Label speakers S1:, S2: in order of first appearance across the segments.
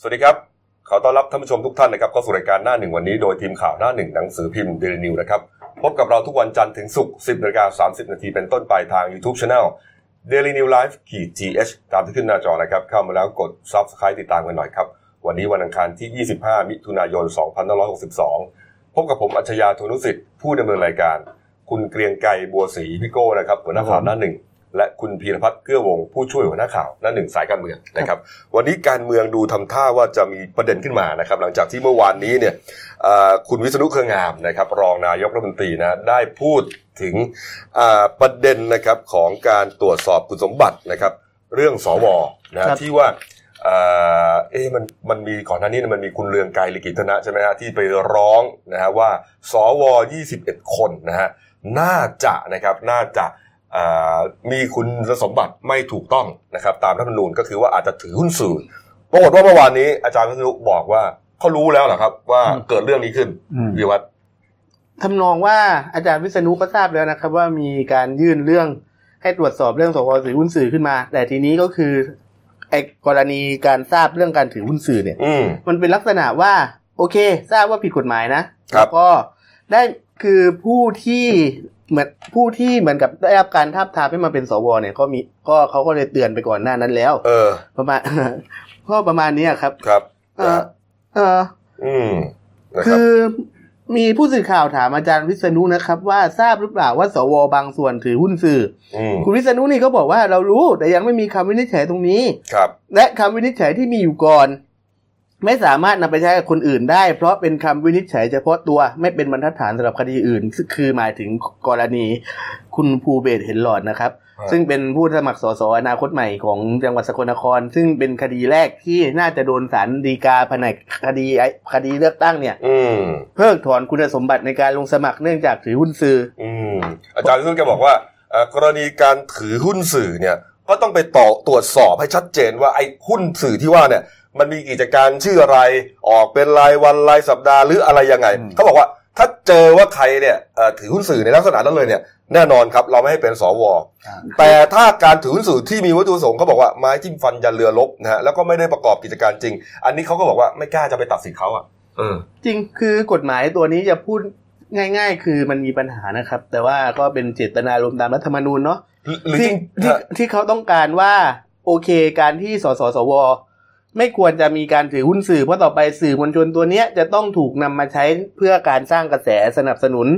S1: สวัสดีครับ ขอต้อนรับท่านผู้ชมทุกท่านนะครับเข้าสู่รายการหน้าหนึ่งวันนี้โดยทีมข่าวหน้าหนึ่งหนังสือพิมพ์เดลินิวนะครับ พบกับเราทุกวันจันทร์ถึงศุกร์10นาฬิกา30 นาทีเป็นต้นไปทาง YouTube Channel Daily New Life ขีด GH ตามที่ขึ้นหน้าจอนะครับ เข้ามาแล้วกด Subscribe ติดตามกันหน่อยครับ วันนี้วันอังคารที่ 25 มิถุนายน 2562 พบกับผมอัจฉริยะโทนุสิทธิ์ผู้ดำเนินรายการ คุณเกรียงไกรบัวศรีพี่โก้นะครับหัวหน้าข่าวหน้าหนึ่งและคุณพีรพัฒน์เกื้อวง ผู้ช่วยหัวหน้าข่าวหน้าหนึ่งสายการเมืองนะครับ วันนี้การเมืองดูทำท่าว่าจะมีประเด็นขึ้นมานะครับ หลังจากที่เมื่อวานนี้เนี่ยเอ่อคุณวิษณุเครืองามนะครับ รองนายกรัฐมนตรีนะได้พูดถึงเอ่อประเด็นนะครับของการตรวจสอบคุณสมบัตินะครับ เรื่องสวนะฮะ
S2: ครับ
S1: ที่ว่าเอ่อเอ๊ะมันมันมีก่อนหน้านี้เนี่ยมันมีคุณเรืองไกรลิกิตนะใช่ไหมฮะที่ไปร้องนะฮะว่าสว21 คนนะฮะน่าจะนะครับน่าจะ อ่ามีคุณสมบัติไม่ถูกต้องนะครับ ตามรัฐธรรมนูญก็คือว่าอาจจะถือหุ้นสื่อปรากฏว่าเมื่อวานนี้อาจารย์วิษณุบอกว่าเขารู้แล้วเหรอครับ ว่า
S2: อืม
S1: เกิดเรื่องนี้ขึ้นวิวัฒน์
S2: ทำนองว่าอาจารย์วิษณุก็ทราบแล้วนะครับ ว่ามีการยื่นเรื่องให้ตรวจสอบเรื่องสวถือหุ้นสื่อขึ้นมา แต่ทีนี้ก็คือไอ้กรณีการทราบเรื่องการถือหุ้นสื่อเนี่ย
S1: อืม
S2: มันเป็นลักษณะว่า โอเค ทราบว่าผิดกฎหมายนะครับ แล้วก็ได้คือผู้ที่เหมือนผู้ที่เหมือนกับได้รับการทาบทามให้มาเป็นสวเนี่ยก็มีก็เขาก็เลยเตือนไปก่อนหน้านั้นแล้ว
S1: เออ
S2: ประมาณ ก็ประมาณเนี้ยครับ
S1: ครับ
S2: เออเออ
S1: อืมนะค
S2: คื
S1: รับ
S2: อมีผู้สื่อข่าวถามอาจารย์วิษณุนะครับ ว่าทราบหรือเปล่าว่าสวบางส่วนถือหุ้นสื่อ
S1: อืม
S2: คุณวิษณุนี่ก็บอกว่าเรารู้แต่ยังไม่มีคำวินิจฉัยตรงนี้
S1: ครับ
S2: และคำวินิจฉัยที่มีอยู่ก่อน ไม่สามารถนำไปใช้กับคนอื่นได้ เพราะเป็นคำวินิจฉัยเฉพาะตัวไม่เป็นบรรทัดฐานสำหรับคดีอื่นซึ่งคือหมายถึงกรณีคุณภูเบศรเห็นหลอดนะครับ ซึ่งเป็นผู้สมัครสสอนาคตใหม่ของจังหวัดสกลนคร ซึ่งเป็นคดีแรกที่น่าจะโดนศาลฎีกาแผนกคดีไอ้คดีเลือกตั้งเนี่ย
S1: อืม
S2: เพิกถอนคุณสมบัติในการลงสมัครเนื่องจากถือหุ้นสื่อ
S1: อืมอาจารย์วิษณุแกบอกว่าเอ่อกรณีการถือหุ้นสื่อเนี่ย ก็ต้องไปต่อตรวจสอบให้ชัดเจนว่าไอ้หุ้นสื่อที่ว่าเนี่ย มันมีกิจการชื่ออะไรออกเป็นรายวันรายสัปดาห์หรืออะไรยังไง
S2: อืม
S1: เขาบอกว่าถ้าเจอว่าใครเนี่ยเอ่อถือหุ้นสื่อในลักษณะนั้นเลยเนี่ยแน่นอนครับเราไม่ให้เป็นสวแต่ถ้าการถือหุ้นสื่อที่มีวัตถุประสงค์เขาบอกว่าไม้จิ้มฟันยันเรือลบนะฮะแล้วก็ไม่ได้ประกอบกิจการจริง อันนี้เขาก็บอกว่าไม่กล้าจะไปตัดสินเขาอ่ะเออ
S2: จริงคือกฎหมายตัวนี้จะพูดง่าย ๆ คือมันมีปัญหานะครับ แต่ว่าก็เป็นเจตนารมณ์ตามรัฐธรรมนูญเนาะ
S1: หรือจริ
S2: ที่
S1: ง
S2: ที่ที่เขาต้องการว่าโอเคการที่สสสว ไม่ควรจะมีการถือหุ้นสื่อเพราะต่อไปสื่อมวลชนตัวเนี้ยจะต้องถูกนำมาใช้เพื่อการสร้างกระแสสนับสนุน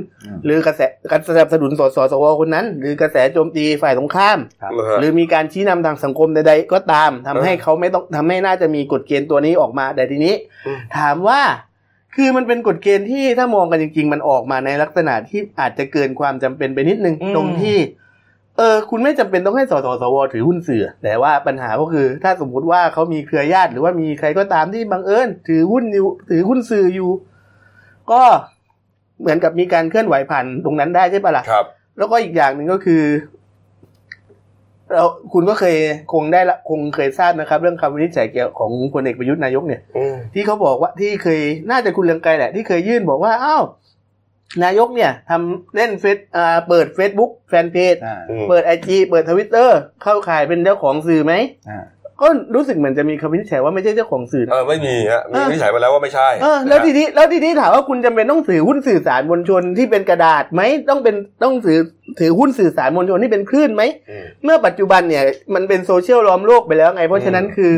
S2: หรือกระแสการสนับสนุนสสสวคนนั้น หรือกระแสโจมตีฝ่ายตรงข้าม
S1: เหรอฮะ
S2: หรือมีการชี้นำทางสังคมใดๆก็ตามทำให้
S1: เออ
S2: เขาไม่ต้องทำให้น่าจะมีกฎเกณฑ์ตัวนี้ออกมาแต่ทีนี้
S1: อืม
S2: ถามว่า คือมันเป็นกฎเกณฑ์ที่ถ้ามองกันจริง ๆ มันออกมาในลักษณะที่อาจจะเกินความจำเป็นไปนิดนึงตรงที่ เออ คุณไม่จำเป็นต้องให้สสสวถือหุ้นสื่อ แต่ว่าปัญหาก็คือ ถ้าสมมุติว่าเขามีเครือญาติ หรือว่ามีใครก็ตามที่บังเอิญถือหุ้นอยู่ถือหุ้นสื่ออยู่ ก็เหมือนกับมีการเคลื่อนไหวผ่านตรงนั้นได้ใช่ปะล่ะ
S1: ครับ
S2: แล้วก็อีกอย่างหนึ่งก็คือเราคุณก็เคยคงได้ละคงเคยทราบนะครับ เรื่องคำวินิจฉัยเกี่ยวของพลเอกประยุทธ์นายกเนี่ย
S1: อืม
S2: ที่เขาบอกว่าที่เคยน่าจะคุณเลืองไกลแหละ ที่เคยยื่นบอกว่าอ้าวนายกเนี่ยทำเล่นเฟซอ่าเปิด Facebook แฟนเพจ
S3: อ่า
S1: อืม
S2: เปิดไอจีเปิดทวิตเตอร์เข้าข่ายเป็นเจ้าของสื่อไหม
S3: อ่า
S2: ก็รู้สึกเหมือนจะมีคำวินิจฉัยว่าไม่ใช่เจ้าของสื่อ
S1: เอ
S2: นะ
S1: อไม่มีฮะมีวินิจฉัยไปแล้วว่าไม่ใช่
S2: เออแล้ว
S1: นะฮะ
S2: ทีนี้แล้วทีนี้ถามว่าคุณจำเป็นต้องถือหุ้นสื่อสารมวลชนที่เป็นกระดาษไหมต้องเป็นต้องถือถือหุ้นสื่อสารมวลชนที่เป็นคลื่นไหม เมื่อปัจจุบันเนี่ยมันเป็นโซเชียลล้อมโลกไปแล้วไง เพราะฉะนั้นคือ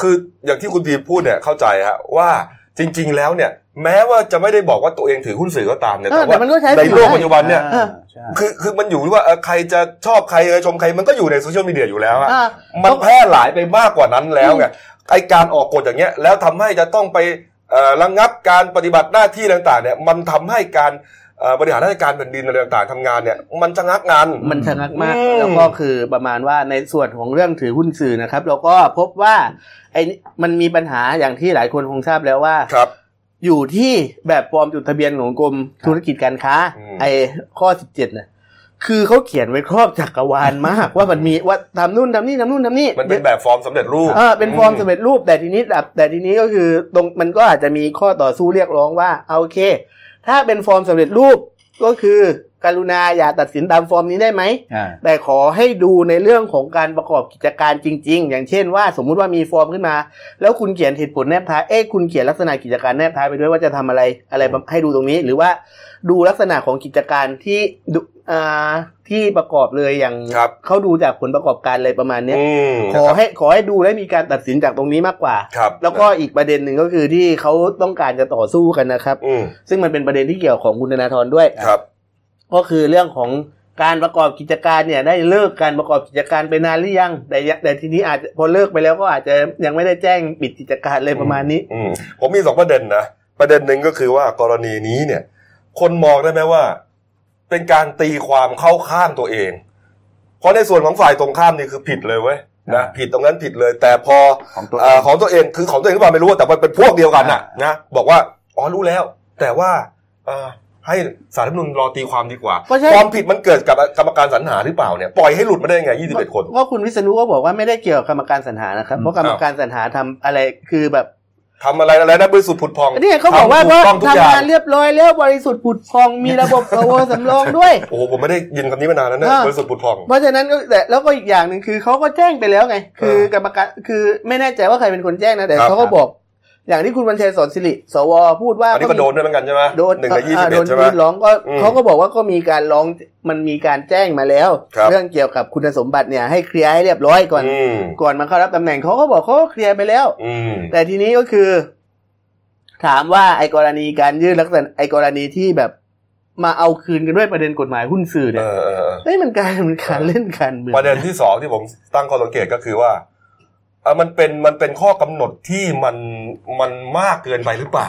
S1: คืออย่างที่คุณพีพูดเนี่ยเข้าใจฮะว่าจริง ๆ แล้วเนี่ย แม้ว่าจะไม่ได้บอกว่าตัวเองถือหุ้นสื่อก็ตามเนี่ย
S2: เออ
S1: แต่
S2: แต่มันก็
S1: ว่า
S2: ใช้
S1: ใน
S2: สื่อ
S1: โลก
S2: ได้
S1: ปัจจุบันเนี่ย
S3: อ่าใช่
S1: คือคือมันอยู่ที่ว่าเออใครจะชอบใครเออชมใครมันก็อยู่ในโซเชียลมีเดียอยู่แล้วอะ
S2: อ่า
S1: มันแพร่หลายไปมากกว่านั้นแล้วไงไอการออกกฎอย่างเงี้ยแล้วทำให้จะต้องไปเอ่อระงับการปฏิบัติหน้าที่ต่างๆเนี่ยมันทำให้การเอ่อบริหารราชการแผ่นดินอะไรต่างๆทำงานเนี่ยมันจะงักงาน
S2: มันชะงักมาก
S1: อืม
S2: แล้วก็คือประมาณว่าในส่วนของเรื่องถือหุ้นสื่อนะครับ เราก็พบว่าไอ้นี่มันมีปัญหาอย่างที่หลายคนคงทราบแล้วว่า
S1: ครับ
S2: อยู่ที่แบบฟอร์มจดทะเบียนของกรมธุรกิจการค้า
S1: อืม
S2: ไอ้ข้อ 17น่ะคือเขาเขียนไว้ครอบจักรวาลมาก ว่ามันมีว่าทำนู่นทำนี่ทำนู่นทำนี่
S1: มันเป็นแบบฟอร์มสำเร็จรูป
S2: เออเป็นฟอร์มสำเร็จรูปแต่ทีนี้แต่แต่ทีนี้ก็คือตรงมันก็อาจจะมีข้อต่อสู้เรียกร้องว่าเอาโอเค ถ้าเป็นฟอร์มสำเร็จรูปก็คือ กรุณาอย่าตัดสินตามฟอร์มนี้ได้ไหม
S3: อ่า
S2: แต่ขอให้ดูในเรื่องของการประกอบกิจการจริง ๆ อย่างเช่นว่าสมมุติว่ามีฟอร์มขึ้นมา แล้วคุณเขียนเหตุผลแนบท้ายเอ้ยคุณเขียนลักษณะกิจการแนบท้ายไปด้วยว่าจะทำอะไรอะไรประให้ดูตรงนี้ หรือว่าดูลักษณะของกิจการที่ดูอ่าที่ประกอบเลยอย่าง
S1: ครับ
S2: เขาดูจากผลประกอบการอะไรประมาณเนี้ย
S1: อืม
S2: ขอให้ขอให้ดูและมีการตัดสินจากตรงนี้มากกว่า
S1: ครับ
S2: แล้วก็อีกประเด็นหนึ่งก็คือที่เขาต้องการจะต่อสู้กันนะครับ
S1: อืม
S2: ซึ่งมันเป็นประเด็นที่เกี่ยวของคุณธนาธรด้วย
S1: ครับ
S2: ก็คือเรื่องของการประกอบกิจการเนี่ยได้เลิกการประกอบกิจการไปนานหรือยังแต่ยังแต่ทีนี้อาจจะพอเลิกไปแล้วก็อาจจะยังไม่ได้แจ้งปิดกิจการเลยประมาณนี้
S1: อืมผมมีสองประเด็นนะ ประเด็นหนึ่งก็คือว่ากรณีนี้เนี่ย คนมองได้ไหมว่า เป็นการตีความเข้าข้างตัวเอง เพราะในส่วนของฝ่ายตรงข้ามนี่คือผิดเลยเว้ยนะ
S3: อ่า
S1: ผิดตรงนั้นผิดเลย แต่พอ
S3: ของตัวเอ
S1: เอ่อง ของตัวเองคือของตัวเองหรือเปล่าไม่รู้อะแต่มันเป็นพวกเดียวกันน่ะ
S3: อ่าน
S1: นะบอกว่าอ๋อรู้แล้ว แต่ว่าเอ่อให้สารรัฐธรรมนุนรอตีความดีกว่า
S2: ก็ใช่
S1: ความผิดมันเกิดกับกรรมการสรรหาหรือเปล่าเนี่ยปล่อยให้หลุดมาได้ยังไง21 คน
S2: ก็ก็คุณวิษณุก็บอกว่าไม่ได้เกี่ยวกับกรรมการสรรหานะครับ
S3: อืม
S2: เพราะกรรมการสรรหาทำอะไรคือแบบ
S1: ทำอะไรอะไรนะบริสุทธิ์ผุดพอง
S2: เนี่ยเขาบอกว่า
S1: ทำถูกต้องทุกอย่าง
S2: ทำงานเรียบร้อยแล้วบริสุทธิ์ผุดพองมีระบบระวสำรอง ด้วย
S1: โอ้โหผมไม่ได้ยินคำนี้มานานแล้วนะ
S2: อ่า
S1: บริสุทธิ์ผุดพอง
S2: เพราะฉะนั้นก็แต่แล้วก็อีกอย่างหนึ่งคือเขาก็แจ้งไปแล้วไง คือกรรมการคือไม่แน่ใจว่าใครเป็นคนแจ้งนะแต่
S1: ครับ
S2: เขาก็บอก อย่างที่คุณวันชัยสอนสิริสวพูดว่า
S1: อันนี้ก็โดนด้วยเหมือนกันใช่ไหม
S2: โดน
S1: หนึ่งในยี่สิบเอ็ด
S2: อ่าโน
S1: ใช่ไหม
S2: ยื่นร้องก็
S1: อืม
S2: เขาก็บอกว่าก็มีการร้องมันมีการแจ้งมาแล้ว
S1: ครับ
S2: เรื่องเกี่ยวกับคุณสมบัติเนี่ยให้เคลียร์ให้เรียบร้อยก่อน
S1: อืม
S2: ก่อนมาเข้ารับตำแหน่งเขาก็บอกเขาก็เคลียร์ไปแล้ว
S1: อืม
S2: แต่ทีนี้ก็คือ ถามว่าไอ้กรณีการยื่นลักษณะไอ้กรณีที่แบบมาเอาคืนกันด้วยประเด็นกฎหมายหุ้นสื่อ
S1: เอ
S2: เนี่ย
S1: อเออเออ
S2: เฮ้ยมันกลายเป็นการเล่นการเมือง
S1: ประเด็นที่สองที่ผมตั้งข้อสังเกตก็คือว่าเอ่อมันเป็นมันเป็นข้อกำหนดที่มันมันมากเกินไปหรือเปล่า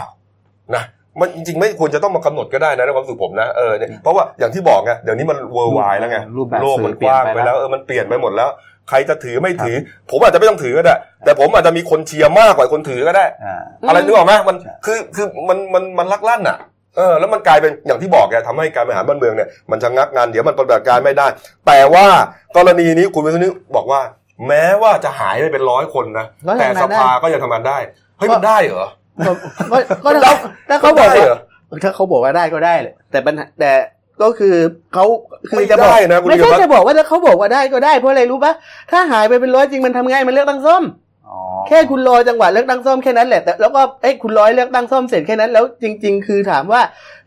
S1: นะมันจริงๆไม่ควรจะต้องมากำหนดก็ได้นะในความรู้สึกผมนะเออเนี่ยเพราะว่าอย่างที่บอกไงเดี๋ยวนี้มัน worldwide แล้วไง
S3: รูปแบบ
S1: โลกมัน
S3: สื่อก
S1: ว้าง
S3: เป
S1: ไป
S3: ลี่ยนไปแล้
S1: แล้ว
S3: ว
S1: เออมันเปลี่ยนไปหมดแล้ว ใครจะถือไม่ถือ ผมอาจจะไม่ต้องถือก็ได้ แต่ผมอาจจะมีคนเชียร์มากกว่าคนถือก็ได้
S3: อ่า
S1: อะไรนึกออกไหมมันคือคือมันมันมันลักลั่นอ่ะเออแล้วมันกลายเป็นอย่างที่บอกแกทำให้การบริหารบ้านเมืองเนี่ยมันจะงักงานเดี๋ยวมันปฏิบัติการไม่ได้ แต่ว่ากรณีนี้คุณวิศนุบอกว่า แม้ว่าจะหายไปเป็นร้อยคนนะ
S2: ก็
S1: แต่ส
S2: ทำงนได้
S1: ภาก็ยังทำงานได้เฮ้ยมันได้เหรอ
S2: ก็ก็ก็ถ้าเขาถ้า
S1: ได้
S2: เขาบอกว่า
S1: เหรอ
S2: ถ้าเขาบอกว่าได้ก็ได้แหละแต่ปัญหาแต่ก็คือเขาคื
S1: ไม่
S2: อจะบอก
S1: ได้นะคุณ
S2: ไม่
S1: ธี
S2: ใช่
S1: รวัตร
S2: จะบอกว่าถ้าเขาบอกว่าได้ก็ได้เพราะอะไรรู้ปะถ้าหายไปเป็นร้อยจริงมันทำไงมันเลือกตั้งซ่อม
S3: อ๋อ
S2: แค่คุณรอจังหวะเลือกตั้งซ่อมแค่นั้นแหละแต่แล้วก็เอ้ยคุณร้อยเลือกตั้งซ่อมเสร็จแค่นั้นแล้วจริง ๆ คือถามว่า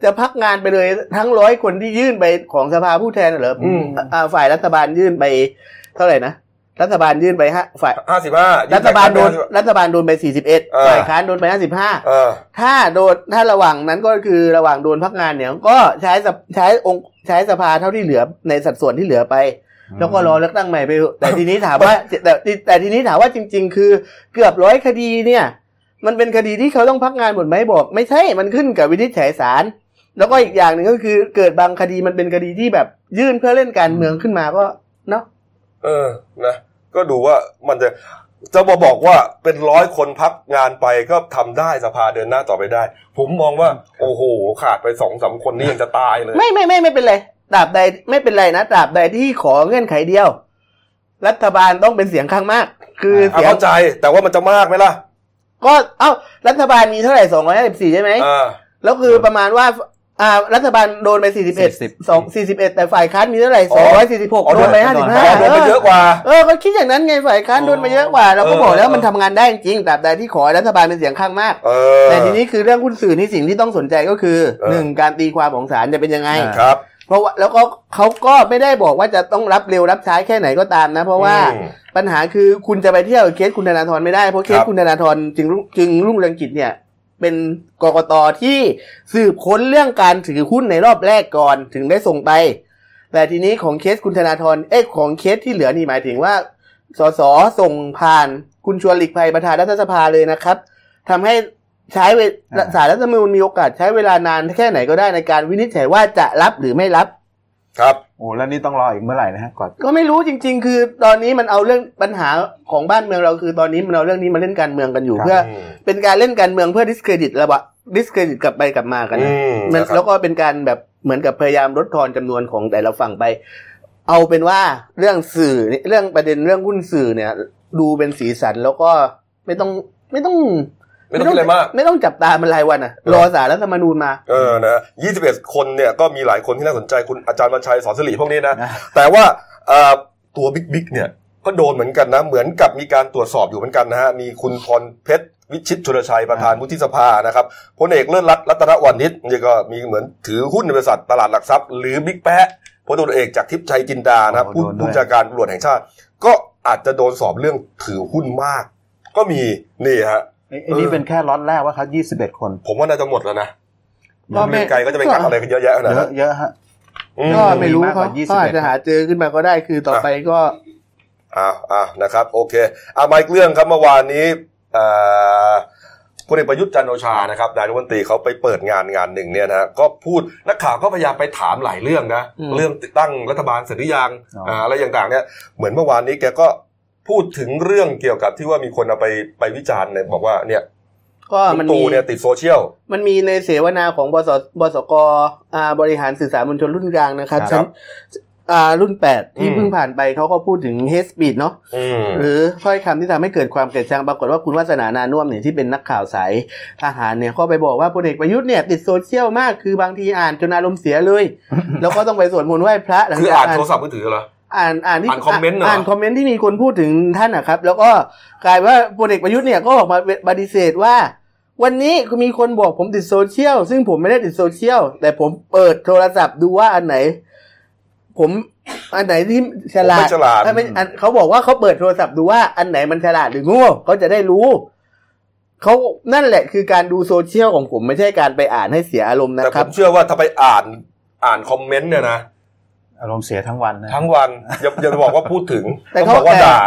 S2: จะพักงานไปเลยทั้งร้อยคนที่ยื่นไปของสภาผู้แทนเหรอ
S1: อืม
S2: อ่าฝ่ายรัฐบาลยื่นไปเท่าไหร่นะรัฐบาลยื่นไปฮะฝ่าย
S1: ห้าสิบห้า
S2: รัฐบาลโดนรัฐบาลโดนไปสี่สิบเอ็ด
S1: เออ
S2: ฝ่ายค้านโดนไปห้าสิบห้า
S1: เออ
S2: ถ้าโดนถ้าระหว่างนั้นก็คือระหว่างโดนพักงานเนี่ยก็ใช้สภใช้องค์ใช้สภาเท่าที่เหลือในสัดส่วนที่เหลือไป แล้วก็รอเลือกตั้งใหม่ไป เถอะแต่ทีนี้ถามว่าแต่แต่แต่แต่ทีนี้ถามว่าจริง ๆ คือเกือบร้อยคดีเนี่ย มันเป็นคดีที่เขาต้องพักงานหมดไหมบอก ไม่ใช่มันขึ้นกับวินิจฉัยศาลแล้วก็อีกอย่างหนึ่งก็คือ เกิดบางคดีมันเป็นคดีที่แบบยื่นเพื่อเล่นการเมืองขึ้นมาก็เนาะ
S1: เออ นะ ก็ดูว่ามันจะจะมาบอกว่าเป็นร้อยคนพักงานไปก็ทำได้สภาเดินหน้าต่อไปได้ ผมมองว่า โอ้โห ขาดไปสองสามคนนี่ยังจะตายเลย
S2: ไม่ไม่ไม่ไม่เป็นไรตราบใดไม่เป็นไรนะตราบใดที่ขอเงื่อนไขเดียว รัฐบาลต้องเป็นเสียงข้างมาก คือ
S1: อ่ะ
S2: เสียง
S1: เข้าใจแต่ว่ามันจะมากไหมล่ะ
S2: ก็เอ้ารัฐบาลมีเท่าไหร่สองร้อยห้าสิบสี่ใช่ไหม
S1: อ่า
S2: แล้วคือประมาณว่าอ่ารัฐบาลโดนไปสี่สิบเอ็ดสองสี่สิบเอ็ดแต่ฝ่ายค้านมีเท่าไหร่สองร้อยสี่สิบหกโดนไปห้าสิบห้า
S1: โดนไปเยอะกว่า
S2: เออก็คิดอย่างนั้นไงฝ่ายค้านโดนไปเยอะกว่าเราก็
S1: เออ
S2: บอกแล้ว
S1: เออ
S2: มันทำงานได้จริงตราบใดที่ขอให้รัฐบาลเป็นเสียงข้างมาก
S1: เออ
S2: แต่ทีนี้คือเรื่องหุ้นสื่อนี่สิ่งที่ต้องสนใจก็คือ
S1: เออ
S2: หนึ่งการตีความของศาลจะเป็นยังไง
S1: ครับ
S2: เพราะว่าแล้วก็เขาก็ไม่ได้บอกว่าจะต้องรับเร็วรับช้าแค่ไหนก็ตามนะ เพราะว่า
S1: อืม
S2: ปัญหาคือคุณจะไปเที่ยวเคสคุณธนาธรไม่ได้เพราะเค
S1: ค
S2: ส
S1: รับ
S2: คุณธนาธรจึงรุ่งจึงรุ่งเรืองกิจเนี่ย เป็นกกตที่สืบค้นเรื่องการถือหุ้นในรอบแรกก่อนถึงได้ส่งไป แต่ทีนี้ของเคสคุณธนาธรเอ๊ะของเคสที่เหลือนี่หมายถึงว่าสสส่งผ่านคุณชวนหลีกภัยประธานรัฐสภาเลยนะครับทำให้ใช้เว
S3: อ่า
S2: สารรัฐธรรมนูญมีโอกาสใช้เวลานานแค่ไหนก็ได้ในการวินิจฉัยว่าจะรับหรือไม่รับ
S1: ครับ
S3: โอ้แล้วนี่ต้องรออีกเมื่อไหร่นะฮะ ก่อน
S2: ก็ไม่รู้จริง ๆ คือตอนนี้มันเอาเรื่องปัญหาของบ้านเมืองเราคือตอนนี้มันเอาเรื่องนี้มาเล่นการเมืองกันอยู่
S3: ครับ
S2: เพื่อ
S1: อืม
S2: เป็นการเล่นการเมืองเพื่อดิสเครดิตระบะดิสเครดิตกลับไปกลับมากัน
S1: อื
S2: นะ
S1: ม
S2: มัน
S1: นะครับ
S2: แล้วก็เป็นการแบบเหมือนกับพยายามลดทอนจำนวนของแต่ละฝั่งไป เอาเป็นว่าเรื่องสื่อเนี่ยเรื่องประเด็นเรื่องหุ้นสื่อเนี่ย ดูเป็นสีสันแล้วก็ไม่ต้องไม่ต้อง
S1: ไม่ต้องคิดอะไรมาก
S2: ไม่ต้องจับตามันรายวันอ่ะ รอสารรัฐธรรมนูญมา
S1: เออนะ21 คนเนี่ยก็มีหลายคนที่น่าสนใจคุณอาจารย์วันชัยสอนสิริพวกนี้นะ
S3: นะ
S1: แต่ว่าเอ่อตัวบิ๊กบิ๊กเนี่ยก็โดนเหมือนกันนะ เหมือนกับมีการตรวจสอบอยู่เหมือนกันนะฮะ มีคุณพรเพชร วิชิตชลชัยประธานวุฒิสภานะครับพลเอกเลิศรัตน์รัตนวานิชนี่ก็มีเหมือนถือหุ้นในบริษัทตลาดหลักทรัพย์ หรือบิ๊กแปะพลตำรวจเอกจากทิพย์ชัยจินดานะครับ
S3: โอ้
S1: ผู้
S3: โดนด้วย
S1: ผู้จัดการตำรวจแห่งชาติ ก็อาจจะโดนสอบเรื่องถือหุ้นมาก ก็มีนี่ฮะ
S3: ไอ้ไอ้นี่
S1: เออ
S3: เป็นแค่ล็อตแรกว่าเขา21 คน
S1: ผมว่าน่าจะหมดแล้วนะ
S2: ก็ไม่
S1: เรื่องไกลก็จะไปกักอะไรกันเยอะแยะนะ
S3: เยอะ
S1: ฮะ
S3: เยอะฮะ
S1: อืม
S2: ก็ไม่รู้
S3: มีมากก
S2: เขา
S3: ว่า21
S2: เขาอาจจะหาเจอขึ้นมาก็ได้คือต่อไปก็
S1: อ่าอ่านะครับ โอเคอ่ามาอีกเรื่องครับเมื่อวานนี้เอ่อพลเอกประยุทธ์จันทร์โอชานะครับนายรัฐมนตรีเขาไปเปิดงานงานหนึ่งเนี่ยนะฮะก็พูดนักข่าวก็พยายามไปถามหลายเรื่องนะ
S2: อืม
S1: เรื่องติดตั้งรัฐบาลเสร็จหรือยัง
S3: อ๋ออ่
S1: อ่าอะไรต่างๆเนี่ยเหมือนเมื่อวานนี้แกก็พูดถึงเรื่องเกี่ยวกับที่ว่ามีคนเอาไปไปวิจารณ์เนี่ยบอกว่าเนี่ย
S2: ก็
S1: ลุ
S2: มั
S1: ง
S2: น
S1: ตู่
S2: มี
S1: เนี่ยติดโซเชียล
S2: มันมีในเสวนาของบสบสกอ่าบริหารสื่อสารมวลชนรุ่นกลางนะครับ
S1: ครับ
S2: ชั้นอ่ารุ่นแปดที่
S1: อืม
S2: เพิ่งผ่านไปเขาก็พูดถึงเฮสปีดเนาะ
S1: อืม
S2: หรือถ้อยคำที่ทำให้เกิดความเกลียดชังปรากฏว่าคุณวาสนานานุ่วมเนี่ยที่เป็นนักข่าวสายทหารเนี่ยก็ไปบอกว่าพลเอกประยุทธ์เนี่ยติดโซเชียลมากคือบางทีอ่านจนอารมณ์เสียเลย แล้วก็ต้องไปสวดมนต์ไหว้พระหลัง
S1: คือ
S2: จาก
S1: อ่าน
S2: อ่าน
S1: โทรศัพท์มือถือเหรอ
S2: อ่านอ่านที่
S1: อ่านคอมเมนต์เหรอ
S2: อ่านคอมเมนต์ที่มีคนพูดถึงท่านนะครับ แล้วก็กลายว่าพลเอกประยุทธ์เนี่ยก็ออกมาปฏิเสธว่า วันนี้มีคนบอกผมติดโซเชียลซึ่งผมไม่ได้ติดโซเชียลแต่ผมเปิดโทรศัพท์ดูว่าอันไหน ผมอันไหนที่ฉลา
S1: ไม่
S2: ด
S1: ฉลาด
S2: ถ้าไม่อันเขาบอกว่าเขาเปิดโทรศัพท์ดูว่าอันไหนมันฉลาดหรือโง่เขาจะได้รู้เขานั่นแหละคือการดูโซเชียลของผมไม่ใช่การไปอ่านให้เสียอารมณ์นะ
S1: แต่
S2: ค
S1: ผ
S2: รับ
S1: มเชื่อว่าถ้าไปอ่านอ่านคอมเมนต์เนี่ยนะ
S3: อารมณ์เสียทั้งวันนะ
S1: ทั้งวันอย่าอย่าบอกว่าพูดถึง
S2: แต่
S1: ต้องบ
S2: เขา
S1: อกว่า
S2: แต่
S1: ด่า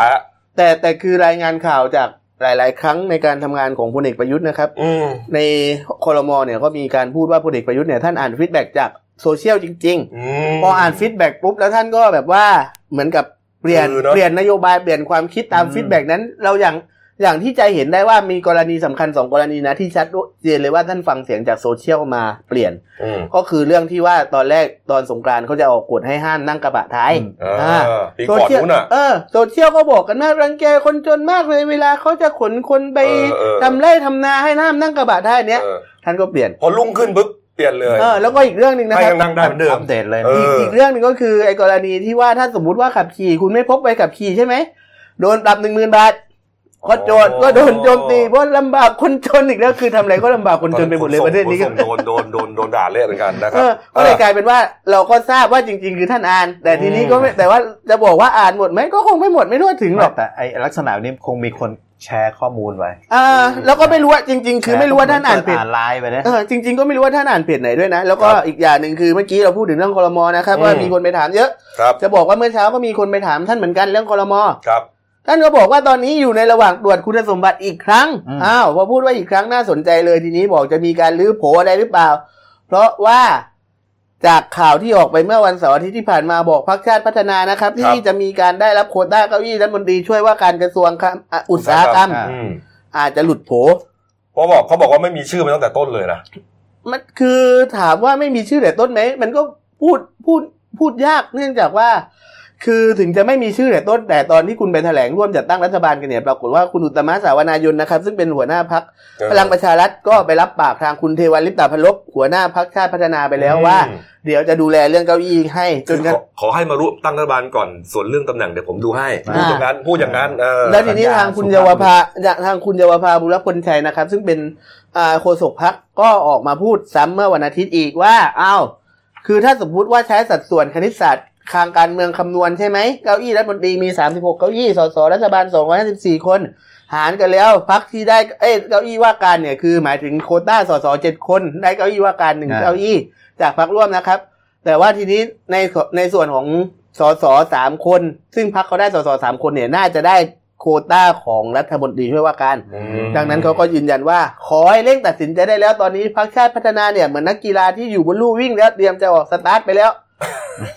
S2: แต่แต่คือรายงานข่าวจากหลาย ๆ ครั้งในการทำงานของพลเอกประยุทธ์นะครับ
S1: อืม
S2: ในคอรมอเนี่ยก็มีการพูดว่าพลเอกประยุทธ์เนี่ยท่านอ่านฟีดแบ็กจากโซเชียลจริง ๆ
S1: อืม
S2: พออ่านฟีดแบ็กปุ๊บแล้วท่านก็แบบว่าเหมือนกับเปลี่ยน
S1: คือเนอะ
S2: เปลี่ยนนโยบายเปลี่ยนความคิดตามฟีดแบ็กนั้น เราอย่างอย่างที่จะเห็นได้ว่ามีกรณีสำคัญสองกรณีนะที่ชัดเจนเลยว่าท่านฟังเสียงจากโซเชียลมาเปลี่ยน
S1: อืม
S2: ก็คือเรื่องที่ว่าตอนแรกตอนสงกรานต์เขาจะออกกฎให้ห้ามนั่งกระบะท้าย
S1: อ่า
S2: อ่า
S1: ปีก่อนนู้นน่ะ
S2: เออโซเชียลก็บอกกันว่ารังแกคนจนมากเลยเวลาเขาจะขนคนไป
S1: เออเออ
S2: ทำไร่ทำนาให้น้ามนั่งกระบะท้ายเนี้ย
S1: เออ
S2: ท่านก็เปลี่ยน
S1: พอลุ่งขึ้นปุ๊บเปลี่ยนเลย
S2: เออแล้วก็อีกเรื่องหนึ่งนะ
S1: ให้
S2: ครับ
S1: ยังนั่งได้เหมือนเดิม
S3: อัปเดตเลย
S1: เอ
S2: อีกอีกเรื่องหนึ่งก็คือไอ้กรณีที่ว่าถ้าสมมุติว่าขับขี่คุณไม่พกใบขับขี่ใช่ไหมโดนปรับหนึ่งหมื่นบาทก็โจรก็โดนโจมตีเพราะลำบากคนจนอีกแล้วคือทำอะไรก็ลำบากคนจนไปหมดเลยประเทศนี้
S1: ข
S2: ก็
S1: นส่งโดนโดนโดนโดนด่าเละเหมือนกันนะค
S2: เอ
S1: รับ
S2: อก็เลยกลายเป็นว่าเราก็ทราบว่าจริง ๆ คือท่านอ่าน แต่ทีนี้ก็ไม่แต่ว่าจะบอกว่าอ่านหมดไหมก็คงไม่หมดไม่ทั่วถึงหรอก
S3: แต่ไอ้ลักษณะนี้คงมีคนแชร์ข้อมูลไว้
S2: อ่าแล้วก็ไม่รู้ว่าจริง ๆ คือไม่รู้ว่าท่านอ่านผิด
S3: อ่านไลน์ไปนะ
S2: เออจริง ๆก็ไม่รู้ว่าท่านอ่านเพจไหนด้วยนะ แล้วก็อีกอย่างหนึ่งคือเมื่อกี้เราพูดถึงเรื่องคอรมอนะครับว่ามีคนไปถามเยอะ
S1: ครับ
S2: จะบอกว่าเมื่อเช้าก็มีคนไปถามท่านเหมือนกันเรื่องคอรมอ
S1: ครับ
S2: ท่านก็บอกว่าตอนนี้อยู่ในระหว่างตรวจคุณสมบัติอีกครั้ง อ้าวพอพูดว่าอีกครั้งน่าสนใจเลยทีนี้บอกจะมีการรื้อโผอะไรหรือเปล่า เพราะว่าจากข่าวที่ออกไปเมื่อวันเสาร์อาทิตย์ที่ผ่านมาบอกพรรคชาติพัฒนานะครับ ที่จะมีการได้รับโควต้าเก้าอี้รัฐมนตรีช่วยว่าการกระทรวงคมอ่ะอุตสาหกรรม
S1: อืม
S2: อาจจะหลุดโผ
S1: เพราะบอกเขาบอกว่าไม่มีชื่อมาตั้งแต่ต้นเลยนะ
S2: มันคือถามว่าไม่มีชื่อแต่ต้นไหมมันก็พูดพูดพูดยากเนื่องจากว่า คือถึงจะไม่มีชื่อแต่ต้นแต่ตอนที่คุณไปแถลงร่วมจัดตั้งรัฐบาลกันเนี่ยปรากฏว่าคุณอุตตมะสาวนายนนะครับ ซึ่งเป็นหัวหน้าพัก
S1: เออ
S2: พลังประชารัฐก็ไปรับปากทางคุณเทวันลิปตาพนลบหัวหน้าพักชาติพัฒนาไปแล้วว่า
S1: อืม
S2: เดี๋ยวจะดูแลเรื่องเก้าอี้ให้จนกระ
S1: ขอขอให้มาร่วมตั้งรัฐบาลก่อนส่วนเรื่องตำแหน่งเดี๋ยวผมดูให้พูดอย่างนั้นพูดอย่างนั้นเออ
S2: แล้วทีนี้ทางคุณเยาวภาทางคุณเยาวภาบุรพลชัยนะครับ ซึ่งเป็นอ่าโฆษกพักก็ออกมาพูดซ้ำเมื่อวันอาทิตย์อีกว่าอ้าวคือถ้าสมมติว่าใช้สัดส่วนคณิตศาสตร์ทางการเมืองคำนวณใช่ไหมเก้าอี้รัฐมนตรีมี 36 เก้าอี้สสรัฐบาล 254 คน หารกันแล้วพักที่ได้เอ้ยเก้าอี้ว่าการเนี่ยคือหมายถึงโควต้าสสเจ็ดคนได้เก้าอี้ว่าการหนึ่งเก้าอี้จากพักร่วมนะครับ แต่ว่าทีนี้ในสในส่วนของสสสามคน ซึ่งพักเขาได้สสสามคนเนี่ยน่าจะได้โควต้าของรัฐมนตรีช่วยว่าการ
S1: อืม
S2: ดังนั้นเขาก็ยืนยันว่า ขอให้เร่งตัดสินใจได้แล้วตอนนี้พักชาติพัฒนาเนี่ยเหมือนนักกีฬาที่อยู่บนลู่วิ่งแล้วเตรียมจะออกสตาร์ทไปแล้ว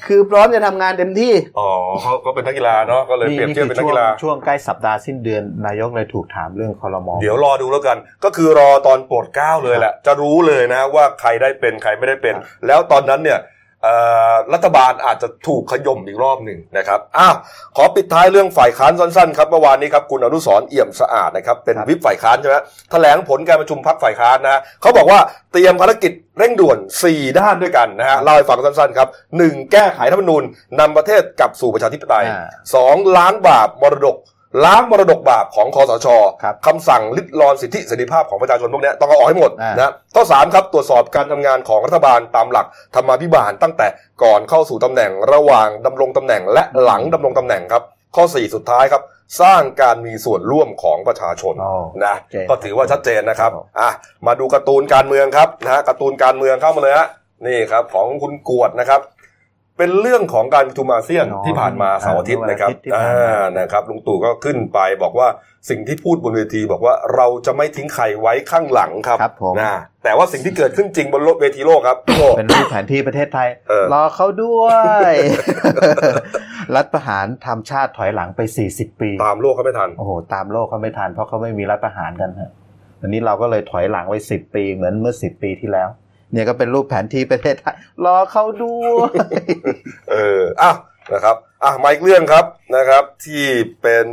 S2: คือพร้อมจะทำงานเต็มที่
S1: อ๋อเขาก็เป็นนักกีฬาเนาะก็เลยเปรียบเทียบเป็นนัก
S3: ช่ว
S1: กี
S3: ง
S1: ฬา
S3: ช่วงใกล้สัปดาห์สิ้นเดือนนายกเลยถูกถามเรื่องคอรมอ
S1: เดี๋ยวรอดูแล้วกัน ก็คือรอตอนโปรดเกล้าเลยแหละ จะรู้เลยนะว่าใครได้เป็นใครไม่ได้เป็น แล้วตอนนั้นเนี่ย เอ่อรัฐบาลอาจจะถูกขย่มอีกรอบหนึ่งนะครับอ้าวขอปิดท้ายเรื่องฝ่ายค้านสั้นๆครับเมื่อวานนี้ครับคุณอนุสรณ์เอี่ยมสะอาดนะครับเป็น
S3: ครับ
S1: วิปฝ่ายค้านใช่ไหมแถลงผลการประชุมพักฝ่ายค้านนะฮะเขาบอกว่าเตรียมภารกิจเร่งด่วน 4 ด้านด้วยกันนะฮะเล่าให้ฟังสั้นๆครับหนึ่งแก้ไขรัฐธรรมนูญนำประเทศกลับสู่ประชาธิปไตย
S3: อ่า
S1: สองล้างบาปมรดก ล้างมรดกบาปของคอสช
S3: ครับ
S1: สั่งลิดรอนสิทธิเสรีภาพของประชาชนพวกเนี้ยต้องเอาออกให้หมด
S3: อ่าน
S1: นะข้อสามครับตรวจสอบการทำงานของรัฐบาลตามหลักธรรมาภิบาลตั้งแต่ก่อนเข้าสู่ตำแหน่งระหว่างดำรงตำแหน่งและหลังดำรงตำแหน่งครับ ข้อสี่สุดท้ายครับ สร้างการมีส่วนร่วมของประชาชน
S3: อ๋อ
S1: นะ
S3: โอเค
S1: ก็ถือว่าชัดเจนนะครับ
S3: ครับ
S1: อ่ะมาดูการ์ตูนการเมืองครับนะฮะการ์ตูนการเมืองเข้ามาเลยฮะนี่ครับของคุณกวดนะครับ เป็นเรื่องของการประชุมอาเซียน
S3: อ๋อ
S1: ที่ผ่านมาเสาร์อาทิตย์นะครับ
S3: เสาร์อาทิตย์ที่ผ่านมา
S1: อ่านะครับลุงตู่ก็ขึ้นไปบอกว่าสิ่งที่พูดบนเวที บอกว่าเราจะไม่ทิ้งใครไว้ข้างหลังครับ
S3: ครับผม
S1: นะแต่ว่าสิ่งที่เกิดขึ้นจริงบนโลกเวทีโลกครับโอ้โห
S3: เป็นรูปแผนที่ประเทศไทย
S1: เออ
S3: รอเขาด้วย รัฐประหารทำชาติถอยหลังไป 40 ปี
S1: ตามโลกเขาไม่ทัน
S3: โอ้โห ตามโลกเขาไม่ทันเพราะเขาไม่มีรัฐประหารกันฮะอันนี้เราก็เลยถอยหลังไว้ 10 ปีเหมือนเมื่อ 10 ปีที่แล้ว เนี่ยก็เป็นรูปแผนที่ประเทศไทย รอเขาด้วย
S1: เอออ่ะนะครับ อ่ะมาอีกเรื่องครับนะครับ ที่เป็น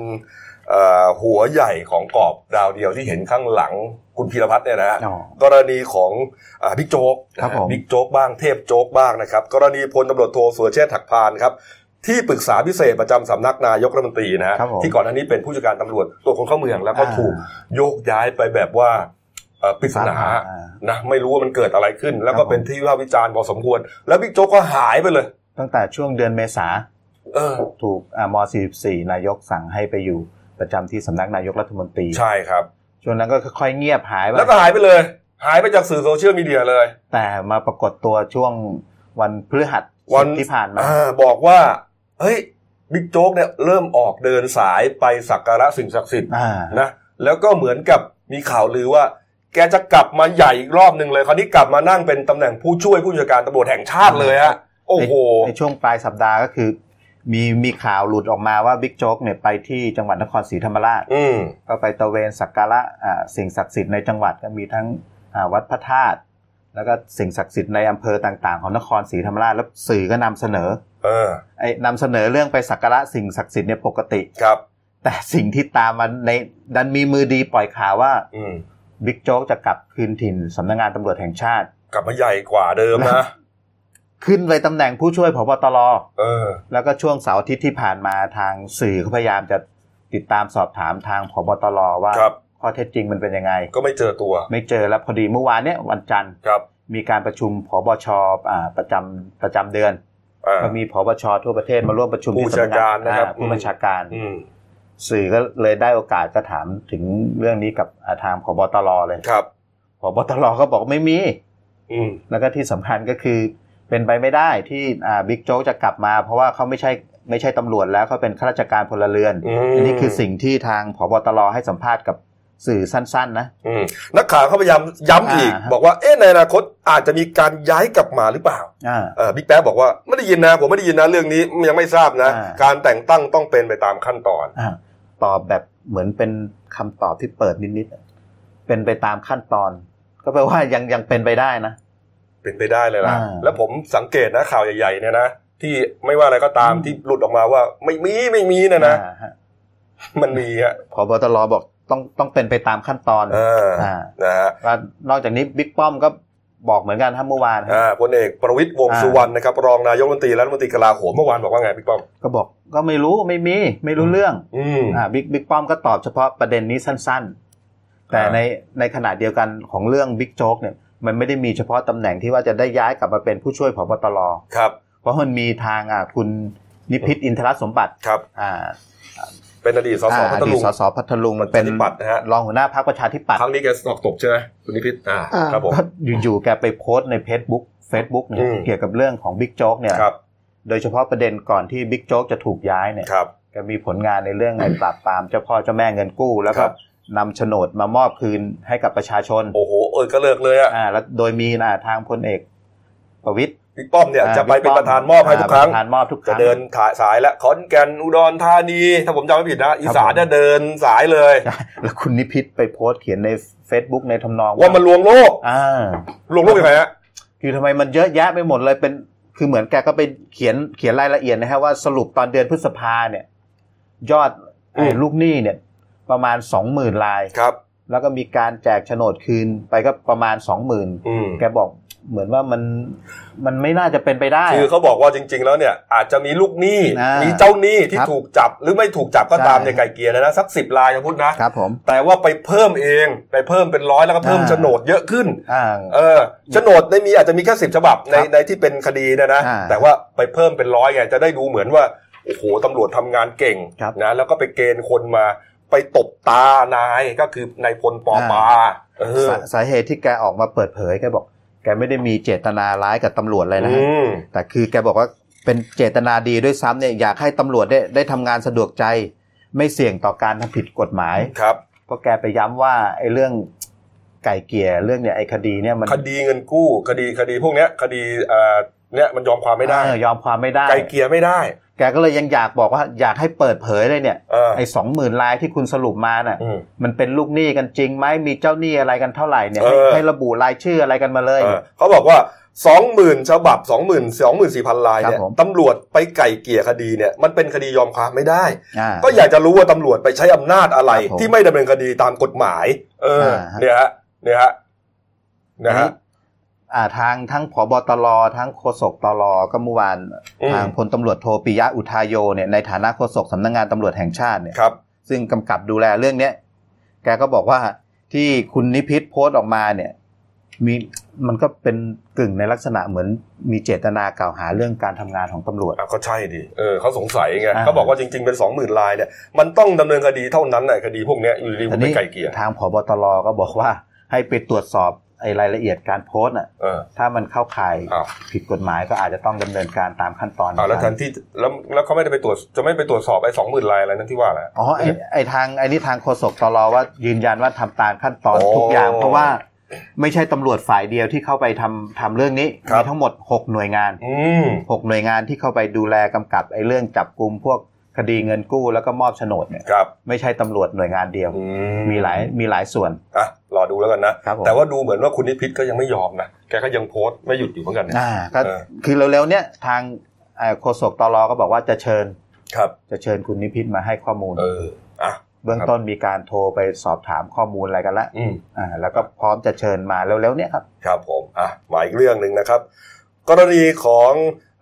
S1: เอ่อหัวใหญ่ของกรอบดาวเดียวที่เห็นข้างหลังคุณพีรพัฒน์เนี่ยนะฮะ
S3: อ๋อ
S1: กรณีของอ่าบิ๊กโจ๊กนะฮะ
S3: ครับผม
S1: บิ๊กโจ๊กบ้างเทพโจ๊กบ้างนะครับ กรณีพลตำรวจโทสุรเชษฐ์ถักพานครับ ที่ปรึกษาพิเศษประจำสำนักนายกรัฐมนตรีนะฮะ
S3: ครับผม
S1: ที่ก่อนหน้านี้เป็นผู้จัดการตำรวจตัวจคนเข้าเมืองแล้วก็
S3: อ่า
S1: ถูกโยกย้ายไปแบบว่าเอ่อปริศ
S3: สาม
S1: นา
S3: หา
S1: นะไม่รู้ว่ามันเกิดอะไรขึ้น แล้ว
S3: ครั
S1: ก็
S3: บผม
S1: เป็นที่วิพากษ์วิจารณ์พอสมควร แล้วบิ๊กโจ๊กก็หายไปเลย
S3: ตั้งแต่ช่วงเดือนเมษา
S1: เออ
S3: ถูกอ่าม .44 นายกสั่งให้ไปอยู่ประจำที่สำนักนายกรัฐมนตรี
S1: ใช่ครับ
S3: ช่วงนั้นก็ค่อยๆเงียบหายไป
S1: แล้วก็หายไปเลย หายไปจากสื่อโซเชียลมีเดียเลย
S3: แต่มาปรากฏตัวช่วงวันพฤหัส
S1: วัน
S3: ที่ผ่านมา
S1: อ่าบอกว่าเฮ้ยบิ๊กโจ๊กเนี่ยเริ่มออกเดินสายไปสักการะสิ่งศักดิ์สิทธิ์
S3: อ่า
S1: นะแล้วก็เหมือนกับมีข่าวลือว่า แกจะกลับมาใหญ่อีกรอบหนึ่งเลย คราวนี้กลับมานั่งเป็นตำแหน่งผู้ช่วยผู้จัดการตำรวจแห่งชาติเลยฮะโอ้โห
S3: ในช่วงปลายสัปดาห์ก็คือ มีมีข่าวหลุดออกมาว่าบิ๊กโจ๊กเนี่ยไปที่จังหวัดนครศรีธรรมราช
S1: อืม
S3: ก็ไปตระเวนสักการะอ่าสิ่งศักดิ์สิทธิ์ในจังหวัดก็มีทั้งอ่าวัดพระธาตุแล้วก็สิ่งศักดิ์สิทธิ์ในอำเภอต่างๆ ของนครศรีธรรมราชแล้วสื่อก็นำเสนอ
S1: เออ
S3: ไอ้นำเสนอเรื่องไปสักการะสิ่งศักดิ์สิทธิ์เนี่ยปกติ
S1: ครับ
S3: แต่สิ่งที่ตามมาในดันมีมือดีปล่อยข่าวว่า
S1: อืม
S3: บิ๊กโจ๊กจะกลับคืนถิ่นสำนักงานตำรวจแห่งชาติ
S1: กลับมาใหญ่กว่าเดิมนะ
S3: ขึ้นไปตำแหน่งผู้ช่วยผบตร
S1: เออ
S3: แล้วก็ช่วงเสาร์อาทิตย์ที่ผ่านมาทางสื่อเขาพยายามจะติดตามสอบถามทางผบตรว่า
S1: ครับ
S3: ข้อเท็จจริงมันเป็นยังไง
S1: ก็ไม่เจอตัว
S3: ไม่เจอแล้วพอดีเมื่อวานเนี้ยวันจันทร์
S1: ครับ
S3: มีการประชุมผบชอ่าประจำประจำเดือน
S1: อ่า
S3: ก็มีผบชทั่วประเทศมาร่วมประชุม
S1: ผู้
S3: ที่สำนั
S1: บั
S3: กง
S1: ญชาการนะครับ
S3: อ่
S1: อื
S3: ผู้
S1: ม
S3: บัญชาการ
S1: อืม
S3: สื่อก็เลยได้โอกาสก็ถามถึงเรื่องนี้กับอ่าทางผบตรเลย
S1: ครับ
S3: ผบตรก็บอกไม่มี
S1: อืม
S3: แล้วก็ที่สำคัญก็คือเป็นไปไม่ได้ที่อ่าบิ๊กโจ๊กจะกลับมา เพราะว่าเขาไม่ใช่ไม่ใช่ตำรวจแล้วเขาเป็นข้าราชการพลเรือน
S1: ม
S3: อันนี้คือสิ่งที่ทางผบตรให้สัมภาษณ์กับสื่อสั้นๆนะ
S1: อืมนักข่าวเขาพยายามย้ำอีก
S3: อ่าฮะ
S1: บอกว่าเอ๊ะในอนาคตอาจจะมีการย้ายกลับมาหรือเปล่า
S3: อ่า
S1: เออบิ๊กแป๊ะบอกว่าไม่ได้ยินนะ ผมไม่ได้ยินนะเรื่องนี้ยังไม่ทราบนะ
S3: อ่า
S1: การแต่งตั้งต้องเป็นไปตามขั้นตอน
S3: อ่าตอบแบบเหมือนเป็นคำตอบที่เปิดนิดๆเป็นไปตามขั้นตอน ก็แปลว่ายังยังเป็นไปได้นะ
S1: เป็นไปได้เลยล่ะ
S3: อ่า
S1: แล้วผมสังเกตนะข่าวใหญ่ๆเนี่ยนะที่ไม่ว่าอะไรก็ตาม
S3: อืม
S1: ที่หลุดออกมาว่าไม่มีไม่มีเนะนะ
S3: อ่าฮะ
S1: มันมีอะ
S3: ผบตรบอกต้องต้องเป็นไปตามขั้นตอน
S1: เออ
S3: อ่า
S1: นะฮะ
S3: แล้วนอกจากนี้บิ๊กป้อมก็บอกเหมือนกันท่าเมื่อวาน
S1: อ่าพลเอกประวิตยวงษ์
S3: อ่า
S1: สุวรรณนะครับรองนายกรัฐมนตรีและรัฐมนตรีกลาโหมเมื่อวานบอกว่าไงพี่ป้อม
S3: ก็บอกก็ไม่รู้ไม่มีไม่รู้เรื่อง
S1: อืม
S3: อ่าบิ๊กบิ๊กป้อมก็ตอบเฉพาะประเด็นนี้สั้นๆ แต่
S1: อ่า
S3: ในในขณะเดียวกันของเรื่องบิ๊กโจ๊กเนี่ยมันไม่ได้มีเฉพาะตำแหน่งที่ว่าจะได้ย้ายกลับมาเป็นผู้ช่วยผบตร
S1: ครับ
S3: เพราะมันมีทางอ่าคุณนิพิษอินทรสมบัติ
S1: ครับ
S3: อ่า
S1: เป็นอดีตสส
S3: อ่า
S1: พัท
S3: อดี
S1: ลุ
S3: ต
S1: ง
S3: สสพัทลุง
S1: ประชาธิ
S3: เป็น
S1: ปัตย์นะฮะ
S3: รองหัวหน้าพรรคประชาธิปัต
S1: ค
S3: ย์
S1: รั้งนี้แกสอกตกใช่ไหมคุณนิพิษอ่า
S2: อ่า
S1: ครับผม
S3: ก็อยู่ๆแกไปโพสต์ในเฟซบุ๊กเฟซบุ๊กเนี่
S1: อื
S3: ย
S1: ม
S3: เกี่ยวกับเรื่องของบิ๊กโจ๊กเนี่ย
S1: ครับ
S3: โดยเฉพาะประเด็นก่อนที่บิ๊กโจ๊กจะถูกย้ายเนี่ย
S1: ครับ
S3: แกมีผลงานในเรื่องไอ้ปราบปรามเจ้าพ่อเจ้าแม่เงินกู้ แล้ว
S1: ค
S3: ก็
S1: รับ
S3: นำโฉนดมามอบคืนให้กับประชาชน
S1: โอ้โห เออก็เลิกเลยอ่ะ
S3: อ่าแล้วโดยมีอ่าทางพลเอกประวิตย
S1: บิ๊กป้อมเนี่ย
S3: อ่า
S1: จะไปเป็น
S3: บิ๊ก
S1: ประธานมอบให้ทุกครั้ง
S3: าเป็นประธานมอบทุกค
S1: จะ
S3: รั้ง
S1: เดินถ่ายสายและขอนแก่นอุดรธานี ถ้าผมจำไม่ผิดนะ อีสาน
S3: ผม
S1: เนี่ยเดินสายเลย
S3: ใช่แล้วคุณนิพิษไปโพสต์เขียนใน Facebook ในทำนอง
S1: ว่ามันลวงโลก
S3: อ่า
S1: ลวงโลกยังไงฮะ
S3: คือทำไมมันเยอะแยะไปหมดเลยเป็น คือเหมือนแกก็ไปเขียนเขียนรายละเอียดนะฮะว่าสรุปตอนเดือนพฤษภาเนี่ย ยอดไอ้
S1: อืม
S3: ลูกหนี้เนี่ย ประมาณสองหมื่นลาย
S1: ครับ
S3: แล้วก็มีการแจกโฉนดคืนไปก็ประมาณสองหมื่น
S1: อืม
S3: แกบอกเหมือนว่ามันมันไม่น่าจะเป็นไปได้
S1: คือเขาบอกว่าจริง ๆ แล้วเนี่ย อาจจะมีลูกหนี้
S3: อ่ามี
S1: มีเจ้าหนี้ที่
S3: ครับ
S1: ถูกจับหรือไม่ถูกจับก็ตาม
S3: ใช่
S1: ในยไก่เกลียร์นะนะสักสิบลายนะพุทธนะ
S3: ครับผม
S1: แต่ว่าไปเพิ่มเองไปเพิ่มเป็นร้อยแล้วก็เพิ่ม
S3: อ่า
S1: โฉนดเยอะขึ้น
S3: อ่า
S1: เออโฉนดได้มีอาจจะมีแค่สิบฉบับใน
S3: ครับ
S1: ในที่เป็นคดีเนะนะ
S3: อ่า
S1: แต่ว่าไปเพิ่มเป็นร้อยไงจะได้ดูเหมือนว่าโอ้โหตำรวจทำงานเก่ง
S3: ครับ
S1: นะแล้วก็ไปเกณฑ์คนมาไปตบตานายก็คือนายพลปอปา
S3: อ่า
S1: เออ
S3: สาสาเหตุที่แกออกมาเปิดเผยแกบอก แกไม่ได้มีเจตนาร้ายกับตำรวจเลยนะฮะ
S1: อืม
S3: แต่คือแกบอกว่าเป็นเจตนาดีด้วยซ้ำเนี่ยอยากให้ตำรวจได้ได้ทำงานสะดวกใจ ไม่เสี่ยงต่อการทำผิดกฎหมาย
S1: ครับ
S3: ก็แกไปย้ำว่าไอ้เรื่องไก่เกลี่ยเรื่องเนี่ยไอ้คดีเนี่ยมัน
S1: คดีเงินกู้คดีคดีพวกเนี้ยคดีเอ่อเนี่ยมันยอมความไม่ได้
S3: เออยอมความไม่ได้
S1: ไกลเกลียไม่ได้
S3: แกก็เลยยังอยากบอกว่าอยากให้เปิดเผยเลยเนี่ย
S1: เออ
S3: ไอ้สองหมื่นลายที่คุณสรุปมาน่ะ
S1: อืม
S3: มันเป็นลูกหนี้กันจริงไหมมีเจ้าหนี้อะไรกันเท่าไหร่เนี่ย
S1: เออ
S3: ให้ให้ระบุรายชื่ออะไรกันมาเลย
S1: เออเขาบอกว่าสองหมื่นฉบับสองหมื่นสองหมื่นสี่พันลายเนี่ย
S3: ครับผม
S1: ตำรวจไปไก่เกลี่ยคดีเนี่ยมันเป็นคดียอมความไม่ได้
S3: อ่า
S1: ก็อยากจะรู้ว่าตำรวจไปใช้อำนาจอะไร
S3: ครับผม
S1: ที่ไม่ดำเนินคดีตามกฎหมาย เออ
S3: าฮะ
S1: เนี่ยฮะ เนี่ยฮะ นะฮะ
S3: อ่าทางทั้งผบตรทั้งโฆษกตรก็เมื่อวาน
S1: อืม
S3: ทางพลตำรวจโทปิยะอุทายโยเนี่ยในฐานะโฆษกสำนักงานตำรวจแห่งชาติเนี่ย
S1: ครับ
S3: ซึ่งกำกับดูแลเรื่องเนี้ย แกก็บอกว่าที่คุณนิพิษโพสต์ออกมาเนี่ย มีมันก็เป็นกึ่งในลักษณะเหมือนมีเจตนากล่าวหาเรื่องการทำงานของตำรวจ
S1: อ่ะก็ใช่ดิ เออเขาสงสัยไง
S3: อ่า
S1: เขาบอกว่าจริง ๆ เป็นสองหมื่นลายเนี่ย มันต้องดำเนินคดีเท่านั้นแหละคดีพวกเนี้ยอยู่ดีๆผ
S3: อั
S1: ม
S3: น
S1: ไป
S3: นี้
S1: ไก่เกลี่ย
S3: ทางผบตรก็บอกว่า ให้ไปตรวจสอบไอ้รายละเอียดการโพสต์น่ะ
S1: เออ
S3: ถ้ามันเข้าข่าย
S1: อ้าว
S3: ผิดกฎหมายก็อาจจะต้องดำเนินการตามขั้นตอน
S1: อ่ะแล้วแท
S3: นั้น
S1: ที่แล้วแล้วเขาไม่ได้ไปตรวจ จะไม่ไปตรวจสอบไอ้สองหมื่นลายอะไรนั่นที่ว่าแหละ
S3: อ๋อไอ้ไอ้ทางไอ้นี่ทางโฆษกตรว่ายืนยันว่าทำตามขั้นตอน
S1: โอ้
S3: ทุกอย่าง เพราะว่าไม่ใช่ตำรวจฝ่ายเดียวที่เข้าไปทำทำเรื่องนี้
S1: ครับ
S3: มีทั้งหมดหกหน่วยงาน
S1: อืม
S3: หกหน่วยงานที่เข้าไปดูแลกำกับไอ้เรื่องจับกลุ่มพวกคดีเงินกู้แล้วก็มอบโฉนดเนี่ย
S1: ครับ
S3: ไม่ใช่ตำรวจหน่วยงานเดียว
S1: อื
S3: มีหลายมีหลายส่วน
S1: อ่ะ รอดูแล้วกันนะ
S3: ครับผม
S1: แต่ว่าดูเหมือนว่าคุณนิพิษก็ยังไม่ยอมนะ แกก็ยังโพสต์ไม่หยุดอยู่เหมือนกันนะ
S3: อ่าก็
S1: เออ
S3: คือเร็วๆเนี่ยทางเอ่อโฆษกตรก็บอกว่าจะเชิญ
S1: ครับ
S3: จะเชิญคุณนิพิษมาให้ข้อมูล
S1: เออ อ่ะ
S3: เบื้องต้นมีการโทรไปสอบถามข้อมูลอะไรกันละ
S1: อืม
S3: อ่าแล้วก็พร้อมจะเชิญมาเร็วๆเนี่ยครับ
S1: ครับผมอ่ะมาอีกเรื่องหนึ่งนะครับ กรณีของ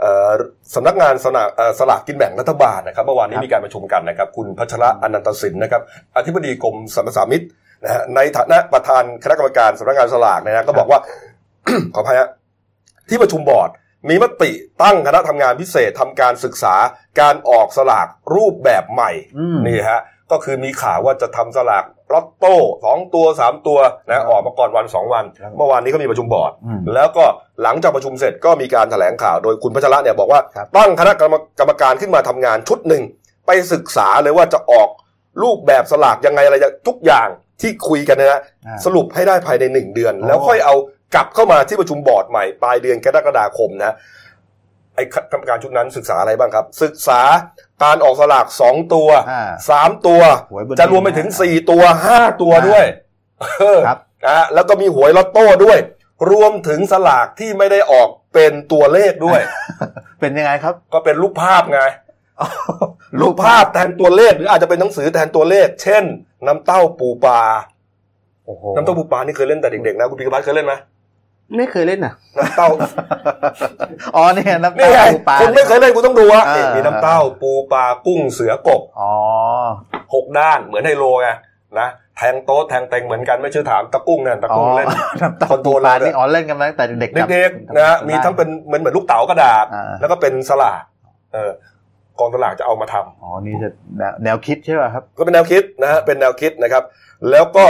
S1: เอ่อสำนักงานสลากเอ่อสลากกินแบ่งรัฐบาลนะครับเมื่อวานนี้
S3: ครับ
S1: มีการประชุมกันนะครับ คุณพัชระอนันตสินนะครับอธิบดีกรมสรรพสามิตนะฮะในฐานะประธานคณะกรรมการสำนักงานสลากเนยนะก็บอกว่า ขออภัยฮะที่ประชุมบอร์ด มีมติตั้งคณะทำงานพิเศษทำการศึกษาการออกสลากรูปแบบใหม่
S3: อืม
S1: นี่ฮะก็คือมีข่าวว่าจะทำสลากลอตโต้สองตัวสามตัวนะออกมาก่อนวันสองวัน
S3: ครับ
S1: เมื่อวานนี้ก็มีประชุมบอร์ด
S3: อืม
S1: แล้วก็หลังจากประชุมเสร็จก็มีการถแถลงข่าวโดยคุณพัชระเนี่ยบอกว่า
S3: ครับ
S1: ตั้งคณะกรรมกรรมการขึ้นมาทำงานชุดหนึ่ง ไปศึกษาเลยว่าจะออกรูปแบบสลากยังไงอะไรจะทุกอย่างที่คุยกันเนยนะ
S3: อ่า
S1: สรุปให้ได้ภายในหนึ่งเดือน
S3: อ๋อ
S1: แล้วค่อยเอากลับเข้ามาที่ประชุมบอร์ดใหม่ปลายเดือนกรกฎาคมนะไอ้กรรมการชุดนั้นศึกษาอะไรบ้างครับ ศึกษาการออกสลากสองตัว
S3: อ่า
S1: สามตัว
S3: หวยบน
S1: จะรวมไปถึงสี่ตัวห้าตัว
S3: อ่า
S1: ด้วยเออ
S3: ครับ
S1: นะฮะแล้วก็มีหวยลอตโต้ด้วย รวมถึงสลากที่ไม่ได้ออกเป็นตัวเลขด้วย
S3: เป็นยังไงครับ
S1: ก็เป็นรูปภาพไง รูปภาพแทนตัวเลข หรืออาจจะเป็นหนังสือแทนตัวเลข เช่น น้ำเต้าปูปลา
S3: โอ้โห
S1: น้ำเต้าปูปลานี่เคยเล่นแต่เด็กๆนะคุณพิกพัฒน์เคยเล่นไหม
S2: ไม่เคยเล่นน่ะ
S1: น้ำ เต้า
S3: อ๋อเนี่ยน้ำ
S1: นี่
S3: ตา
S1: ไง
S3: ปูปลา
S1: คุณไม่เคยเล่นคุณต้องดูอ่ะ
S3: อ่า
S1: นี่มีน้ำเต้าปูปลากุ้งเสือกบ
S3: อ๋อ
S1: หกด้านเหมือนไฮโลไงนะแทงโต๊ะแทงเต็งเหมือนกันไม่เชื่อถามตะกุ้งนั่นตะกุ้งเล่น
S3: น้ำตา
S1: คอนโทรล
S3: ปลา
S1: เลย
S3: นี่อ๋อเล่นกันมาตั้งแต่เด็กๆ
S1: เด็กๆนะมีทั้งเป็นเหมือนเหมือนลูกเต๋ากระดาษ
S3: อ่า
S1: แล้วก็เป็นสลากเออกองสลากจะเอามาทำ
S3: อ๋อนี่จะแนวแนวคิดใช่ป่ะครับ
S1: ก็เป็นแนวคิดนะฮะเป็นแนวคิดนะครับ แล้วก็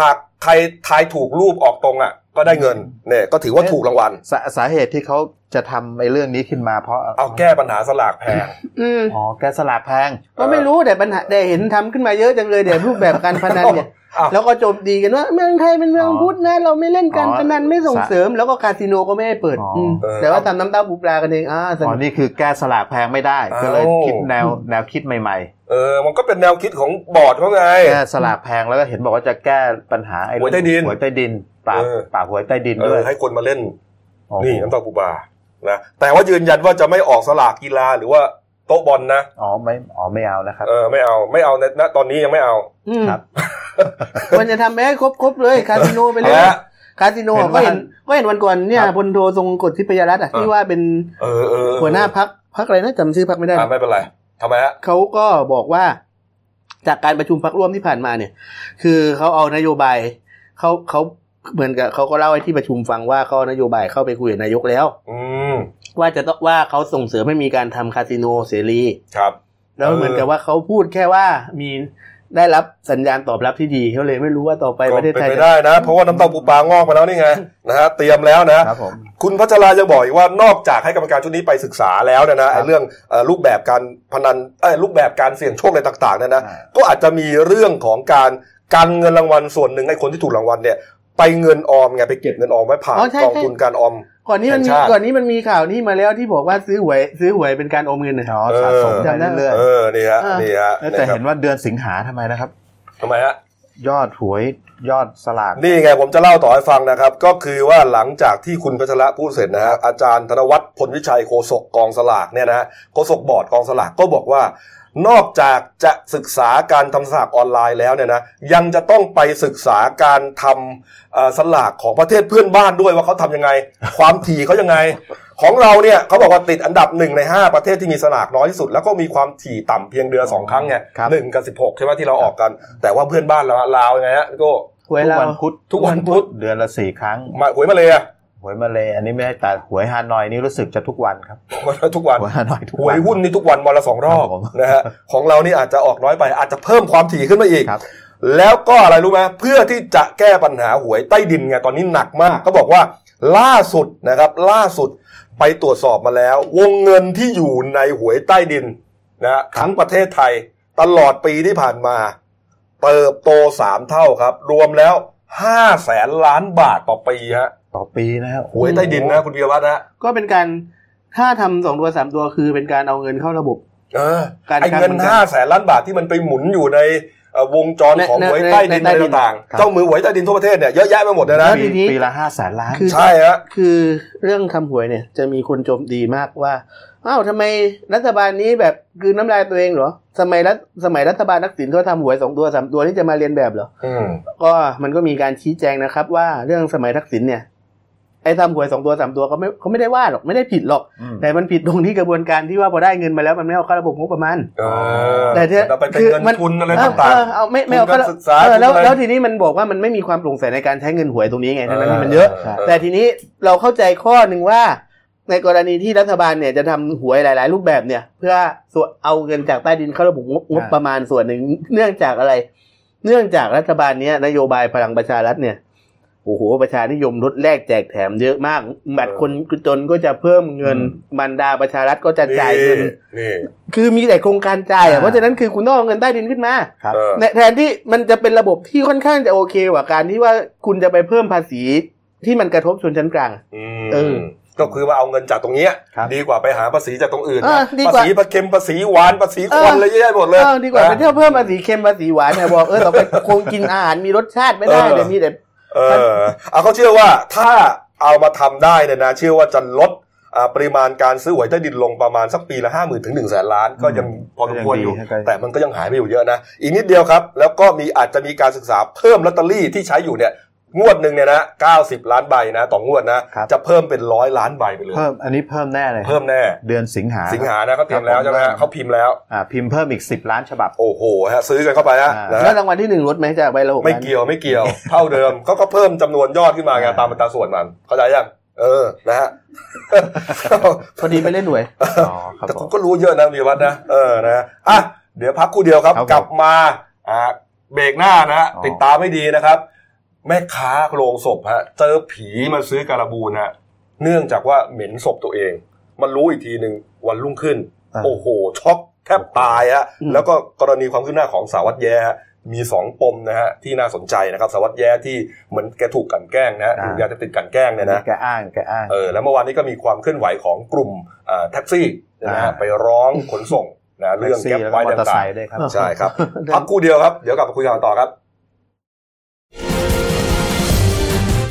S1: หากใครทายถูกรูปออกตรงอ่ะ ก็ได้เงินเนี่ยก็ถือว่าถูกรางวัล
S3: สาสาเหตุที่เขาจะทำไอ้เรื่องนี้ขึ้นมาเพราะ
S1: เอาแก้ปัญหาสลากแพง
S2: อืม
S3: อ๋อแกสลากแพง
S2: ก็ไม่รู้แต่ปัญหาแต่เห็นทำขึ้นมาเยอะจังเลยเดี๋ยวรูปแบบการพนัน เนี่ย
S1: อ้าว
S2: แล้วก็โจมตีกันว่าเมืองไทยเป็นเมือง
S3: อ๋อ
S2: พุทธนะ เราไม่เล่นการพนันไม่ส่งเสริม แล้วก็คาสิโนก็ไม่ให้เปิด
S3: อ๋ออื
S2: ม
S1: เออ
S2: แต่ว่าตามน้ำเต้าปูปลากันเองอ่าส
S3: อ๋
S2: นุ
S3: อก นี่คือแก้สลากแพงไม่ได้
S1: อ้าว
S3: ก็เลยคิดแนวแนวคิดใหม่
S1: เออมันก็เป็นแนวคิดของบอร์ดเขาไง
S3: ๆแก้สลากแพงแล้วก็เห็นบอกว่าจะแก้ปัญหาไอ้
S1: หวยใต้ดิน
S3: หวยใต้ดินปราบ
S1: เออ
S3: ปราบหวยใต้ดิน
S1: เอ
S3: ด้ว
S1: อย ให้คนมาเล่น
S3: โอ้โห
S1: นี่น้ำตาปูปลา นะแต่ว่ายืนยันว่าจะไม่ออกสลากกีฬาหรือว่าโต๊ะบอลนะ
S3: อ๋อไม่อ๋อไม่เอานะครับ
S1: เออไม่เอาไม่เอาณณตอนนี้ยังไม่เอา
S2: อืม
S3: ครับ
S2: มันจะทำไปให้ครบครบเลยคาสิโนไปเล
S1: เอา
S2: ย
S1: ละ
S2: คาสิโน
S3: เห็น
S2: ก็
S3: ว่า
S2: เห็นก็เห็นวันก่อนเนี่ย
S1: ครับ
S2: พลโททรงกฎทิพยรัตน์อะ
S1: เออ
S2: ที่ว่าเป็น
S1: เออเออเออ
S2: หัวหน้าพักพักอะไรนะจำชื่อพักไม่ได้
S1: อ่ะไม่เป็นไรทำไมฮะ
S2: เขาก็บอกว่าจากการประชุมพักร่วมที่ผ่านมาเนี่ย คือเขาเอานโยบายเขาเขาเหมือนกับเขาก็เล่าให้ที่ประชุมฟังว่าเขาเอานโยบายเข้าไปคุยกับนายกแล้ว
S1: อืม
S2: ว่าจะต้องว่าเขาส่งเสริมให้มีการทำคาสิโนเสรี
S1: ครับ
S2: แล้วเหมือนกับว่าเขาพูดแค่ว่ามีได้รับสัญญาณตอบรับที่ดีเขาเลยไม่รู้ว่าต่อไปประเทศไทย
S1: ก็นไป
S2: จะ
S1: ได้นะ เพราะว่าน้ำเต้าปูปลางอกมาแล้วนี่ไงนะฮะเตรียมแล้วนะ
S3: ครับผม
S1: คุณพัชรายังบอกอีกว่านอกจากให้กรรมการชุดนี้ไปศึกษาแล้วเนยนะไอ้เรื่องเอ่อรูปแบบการพนันเอ้ยรูปแบบการเสี่ยงโชคอะไรต่างๆเนยนะ
S3: อ่า
S1: ก็อาจจะมีเรื่องของการการเงินรางวัลส่วนหนึ่งให้คนที่ถูกรางวัลเนี่ย ไปเงินออมไงไปเก็บเงินออมไว้ผ่านกองทุนการออม
S2: ก่อนนี้มันมี
S1: แห่งชาติ
S2: ก่อนนี้มันมีข่าวนี้มาแล้วที่บอกว่าซื้อหวยซื้อหวยเป็นการออมเงินนะ
S3: อ๋อสะสม
S1: เออ
S3: ได้เรื่อย
S1: เออนี่ฮะ
S2: เออ
S1: นี่ฮะ
S3: ๆแล้วแต่เห็นว่าเดือนสิงหาทำไมนะครับ
S1: ทำไมฮะ
S3: ยอดหวยยอดสลาก
S1: นี่ไงผมจะเล่าต่อให้ฟังนะครับ ก็คือว่าหลังจากที่คุณพัชระพูดเสร็จนะฮะอาจารย์ธนวัฒน์พลวิชัยโฆษกกองสลากเนี่ยนะฮะโฆษกบอร์ดกองสลากก็บอกว่า นอกจากจะศึกษาการทำสลากออนไลน์แล้วเนี่ยนะยังจะต้องไปศึกษาการทำเอ่อสลากของประเทศเพื่อนบ้านด้วยว่าเขาทำยังไง ความถี่เขายังไง ของเราเนี่ยเขาบอกว่าติดอันดับหนึ่งใน 5 ประเทศที่มีสลากน้อยที่สุด แล้วก็มีความถี่ต่ำเพียงเดือนสองครั้งไง
S3: ครับ
S1: หนึ่งกับสิบหกใช่ไหมที่เราออกกัน แต่ว่าเพื่อนบ้านเราอะลาวยังไงฮะพี่โก็
S2: หวย
S3: ทุก
S2: เรา
S3: วันพุธ
S1: ทุกวันพุธ
S3: เดือนละสี่ครั้ง
S1: มาหวยมาเลยอะ
S3: หวยมาเลยอันนี้ไม่ใช่แต่หวยฮานอยนี่รู้สึกจะทุกวันครับ
S1: ทุกวัน
S3: หวยฮานอยทุก
S1: ห
S3: วั
S1: วย
S3: น
S1: หุ้นนี่ทุกวันวันละสองรอบ
S3: ครับผม
S1: นะฮะของเรานี่อาจจะออกน้อยไปอาจจะเพิ่มความถี่ขึ้นมาอีก
S3: ครับ
S1: แล้วก็อะไรรู้ไหมเพื่อที่จะแก้ปัญหาหวยใต้ดินไงตอนนี้หนักมากก็บอกว่าล่าสุดนะครับ ล่าสุดไปตรวจสอบมาแล้ว วงเงินที่อยู่ในหวยใต้ดินนะฮะทั้งประเทศไทยตลอดปีที่ผ่านมา เติบโตสามเท่าครับ รวมแล้วห้าแสนล้านบาทต่อปีฮะ
S3: ต่อปีนะฮะ
S1: หวยใต้ดินนะคุณเบียวัฒน์นะฮะ
S2: ก็เป็นการถ้าทำสองตัวสามตัวคือเป็นการเอาเงินเข้าระบบ
S1: เออ
S2: การ
S1: ไอ้เงิน
S2: การเมือง
S1: ห้าแสนล้านบาทที่มันไปหมุนอยู่ในเอ่อวงจร
S2: ใน
S1: ของ
S2: ใน
S1: หวยใต้ดิน
S2: ใน
S1: อะไร
S2: ใต้ดิน
S1: ต่าง
S2: ค
S1: ๆ
S2: รับ
S1: เจ้ามือหวยใต้ดินทั่วประเทศเนี่ยเยอะแยะไปหมดเลยนะ
S2: แล้วทีนี้
S3: ปีละห้าแสนล้าน
S2: คือ
S1: ใช่ฮะ
S2: คือเรื่องคำหวยเนี่ยจะมีคนโจมตีมากว่าอ้าวทำไมรัฐบาลนี้แบบกลืนน้ำลายตัวเองเหรอสมัยรัฐสมัยรัฐบาลนักสินเขาทำหวยสองตัวสามตัวนี่จะมาเรียนแบบเหรอ
S1: อืม
S2: ก็มันก็มีการชี้แจงนะครับ ว่าเรื่องสมัยทักษิณเนี่ยไอ้ทำหวยสองตัวสามตัวเขาไม่เขาไม่ได้ว่าหรอกไม่ได้ผิดหรอก
S3: อืม
S2: แต่มันผิดตรงที่กระบวนการที่ว่าพอได้เงินมาแล้วมันไม่เอาเข้าระบบงบประมาณ
S1: เออ
S2: แต่เนี่ย
S1: มันไปเป็น
S2: คือ
S1: เงิน
S2: มัน
S1: ทุนอะไร
S2: เออ
S1: ต่าง
S2: เออเอาไม่ไม่เอาเข้า
S1: ทุนการศึกษา
S2: เออแล้ว
S1: ทุนอะไร
S2: แล้วทีนี้มันบอกว่ามันไม่มีความโปร่งใสในการใช้เงินหวยตรงนี้ไง
S1: ๆ
S2: ทั้งนั้นที่มันเยอะ แต่ทีนี้เราเข้าใจข้อหนึ่งว่า ในกรณีที่รัฐบาลเนี่ยจะทำหวยหลาย ๆ รูปแบบเนี่ย เพื่อส่วนเอาเงินจากใต้ดินเข้าระบบงบงบประมาณส่วนหนึ่งเนื่องจากอะไร เนื่องจากรัฐบาลเนี้ยนโยบายพลังประชารัฐเนี่ยโอ้โหประชานิยมลดแลกแจกแถมเยอะมากบัตรคนจนก็จะเพิ่มเงิน
S3: อื
S2: บรรดาประชารัฐก็จะจ่ายเงิน
S1: นี่
S2: คือมีแต่โครงการจ่ายอ่ะ
S3: อ่า
S2: เพราะฉะนั้นคือคุณต้องเอาเงินใต้ดินขึ้นมา
S3: ครับ
S1: เออ
S2: ในแทนที่มันจะเป็นระบบที่ค่อนข้างจะโอเคกว่าการที่ว่าคุณจะไปเพิ่มภาษีที่มันกระทบชนชั้นกลาง
S1: อื
S2: เออ
S1: มก็คือว่าเอาเงินจากตรงเนี้ย
S3: ครับ
S1: ดีกว่าไปหาภาษีจากตรงอื่น
S2: เออ
S1: นะ
S2: ดี
S1: ภาก
S2: ว่า
S1: ษีประเค็มภาษีหวานภาษีควัน
S2: เออ
S1: เลยเยอะแยะหมดเลย
S2: เออดีกว่าไป
S1: นะ
S2: เที่ยวเพิ่มภาษีเค็มภาษีหวานเนี่ยบอกเออต่อไปคงกินอาหารมีรสชาติไม่ได้
S1: เออ
S2: เลยมีแต่
S1: เออเอาเขาเชื่อว่าถ้าเอามาทำได้เนี่ยนะ เชื่อว่าจะลดอ่าปริมาณการซื้อหวยใต้ดินลงประมาณสักปีละห้าหมื่นถึงหนึ่งแสนล้าน ก็ยังพอสมควรอยู่
S3: ก็ยังดี
S1: แต่มันก็ยังหายไปอยู่เยอะนะ อีกนิดเดียวครับ แล้วก็มีอาจจะมีการศึกษาเพิ่มลอตเตอรี่ที่ใช้อยู่เนี่ย งวดหนึ่งเนี่ยนะเก้าสิบล้านใบนะ ต่องวดนะ
S3: ครับ
S1: จะเพิ่มเป็นร้อยล้านใบไปเลย
S3: เพิ่มอันนี้เพิ่มแน่เลย
S1: เพิ่มแน่
S3: เดือนสิงหา
S1: สิงหานะเขาเตรียม
S3: ครั
S1: แล้ว
S3: บผม
S1: ใช่ไหมฮะเขาพิมพ์แล้ว
S3: อ่าพิมพ์เพิ่มอีก 10 ล้านฉบับ
S1: โอ้โหฮะซื้อกันเข้าไปฮะ
S3: อ่า
S1: นะ
S3: น
S2: แล้ว
S1: ฮะ
S2: รางวัลที่หนึ่งลดไหมจากใบละหก
S1: ไม่
S2: ล้าน
S1: เกี่ยวไม่เกี่ยว เท่าเดิมเขาก็เพิ่มจำนวนยอดขึ้นมาไงตามอัตราส่วนมันเข้าใจยังเออนะฮะ
S2: พอดีไปเล่นหวย
S3: อ๋อครับ
S1: แต่
S3: ผ
S1: ผม
S3: ม
S1: ก็รู้เยอะนะวีวัฒน์นะเออนะอ่ะเดี๋ยวพักครู่เดียวครับ
S3: ครับผม
S1: กลับมาอ่าเบรกหน้านะฮะ
S3: อ๋อ
S1: ติดตามไม่ดีนะครับ แม่ค้าโรงศพฮะเจอผีมาซื้อการบูนฮะเนื่องจากว่าเหม็นศพตัวเอง มันรู้อีกทีหนึ่งวันรุ่งขึ้น
S3: อ่า
S1: โอ้โห ช็อกแทบตายฮะ
S2: อืม
S1: แล้วก็กรณีความคืบหน้าของสารวัตรแย้ฮะมีสองปมนะฮะที่น่าสนใจนะครับสารวัตรแย้ที่เหมือนแกถูกกลันแกล้งนะฮะถูกยาเสพติดกลันแกล้งเนี่ยนะ
S3: แกอ้างแกอ้าง
S1: เออแล้วเมื่อวานนี้ก็มีความเคลื่อนไหวของกลุ่มเอ่อแท็กซี่นะฮะ
S3: อ่า
S1: ไปร้องขนส่งนะเรื่อง
S3: แท็กซี่
S1: แก๊ป
S3: แล้
S1: ไว้
S3: วก็มอเตอร์ไซ
S1: ต่าง
S3: ค์ด้วยครับ
S1: ๆใช่ครับพักครู่เดียวครับ เดี๋ยวกลับมาคุยกันต่อครับ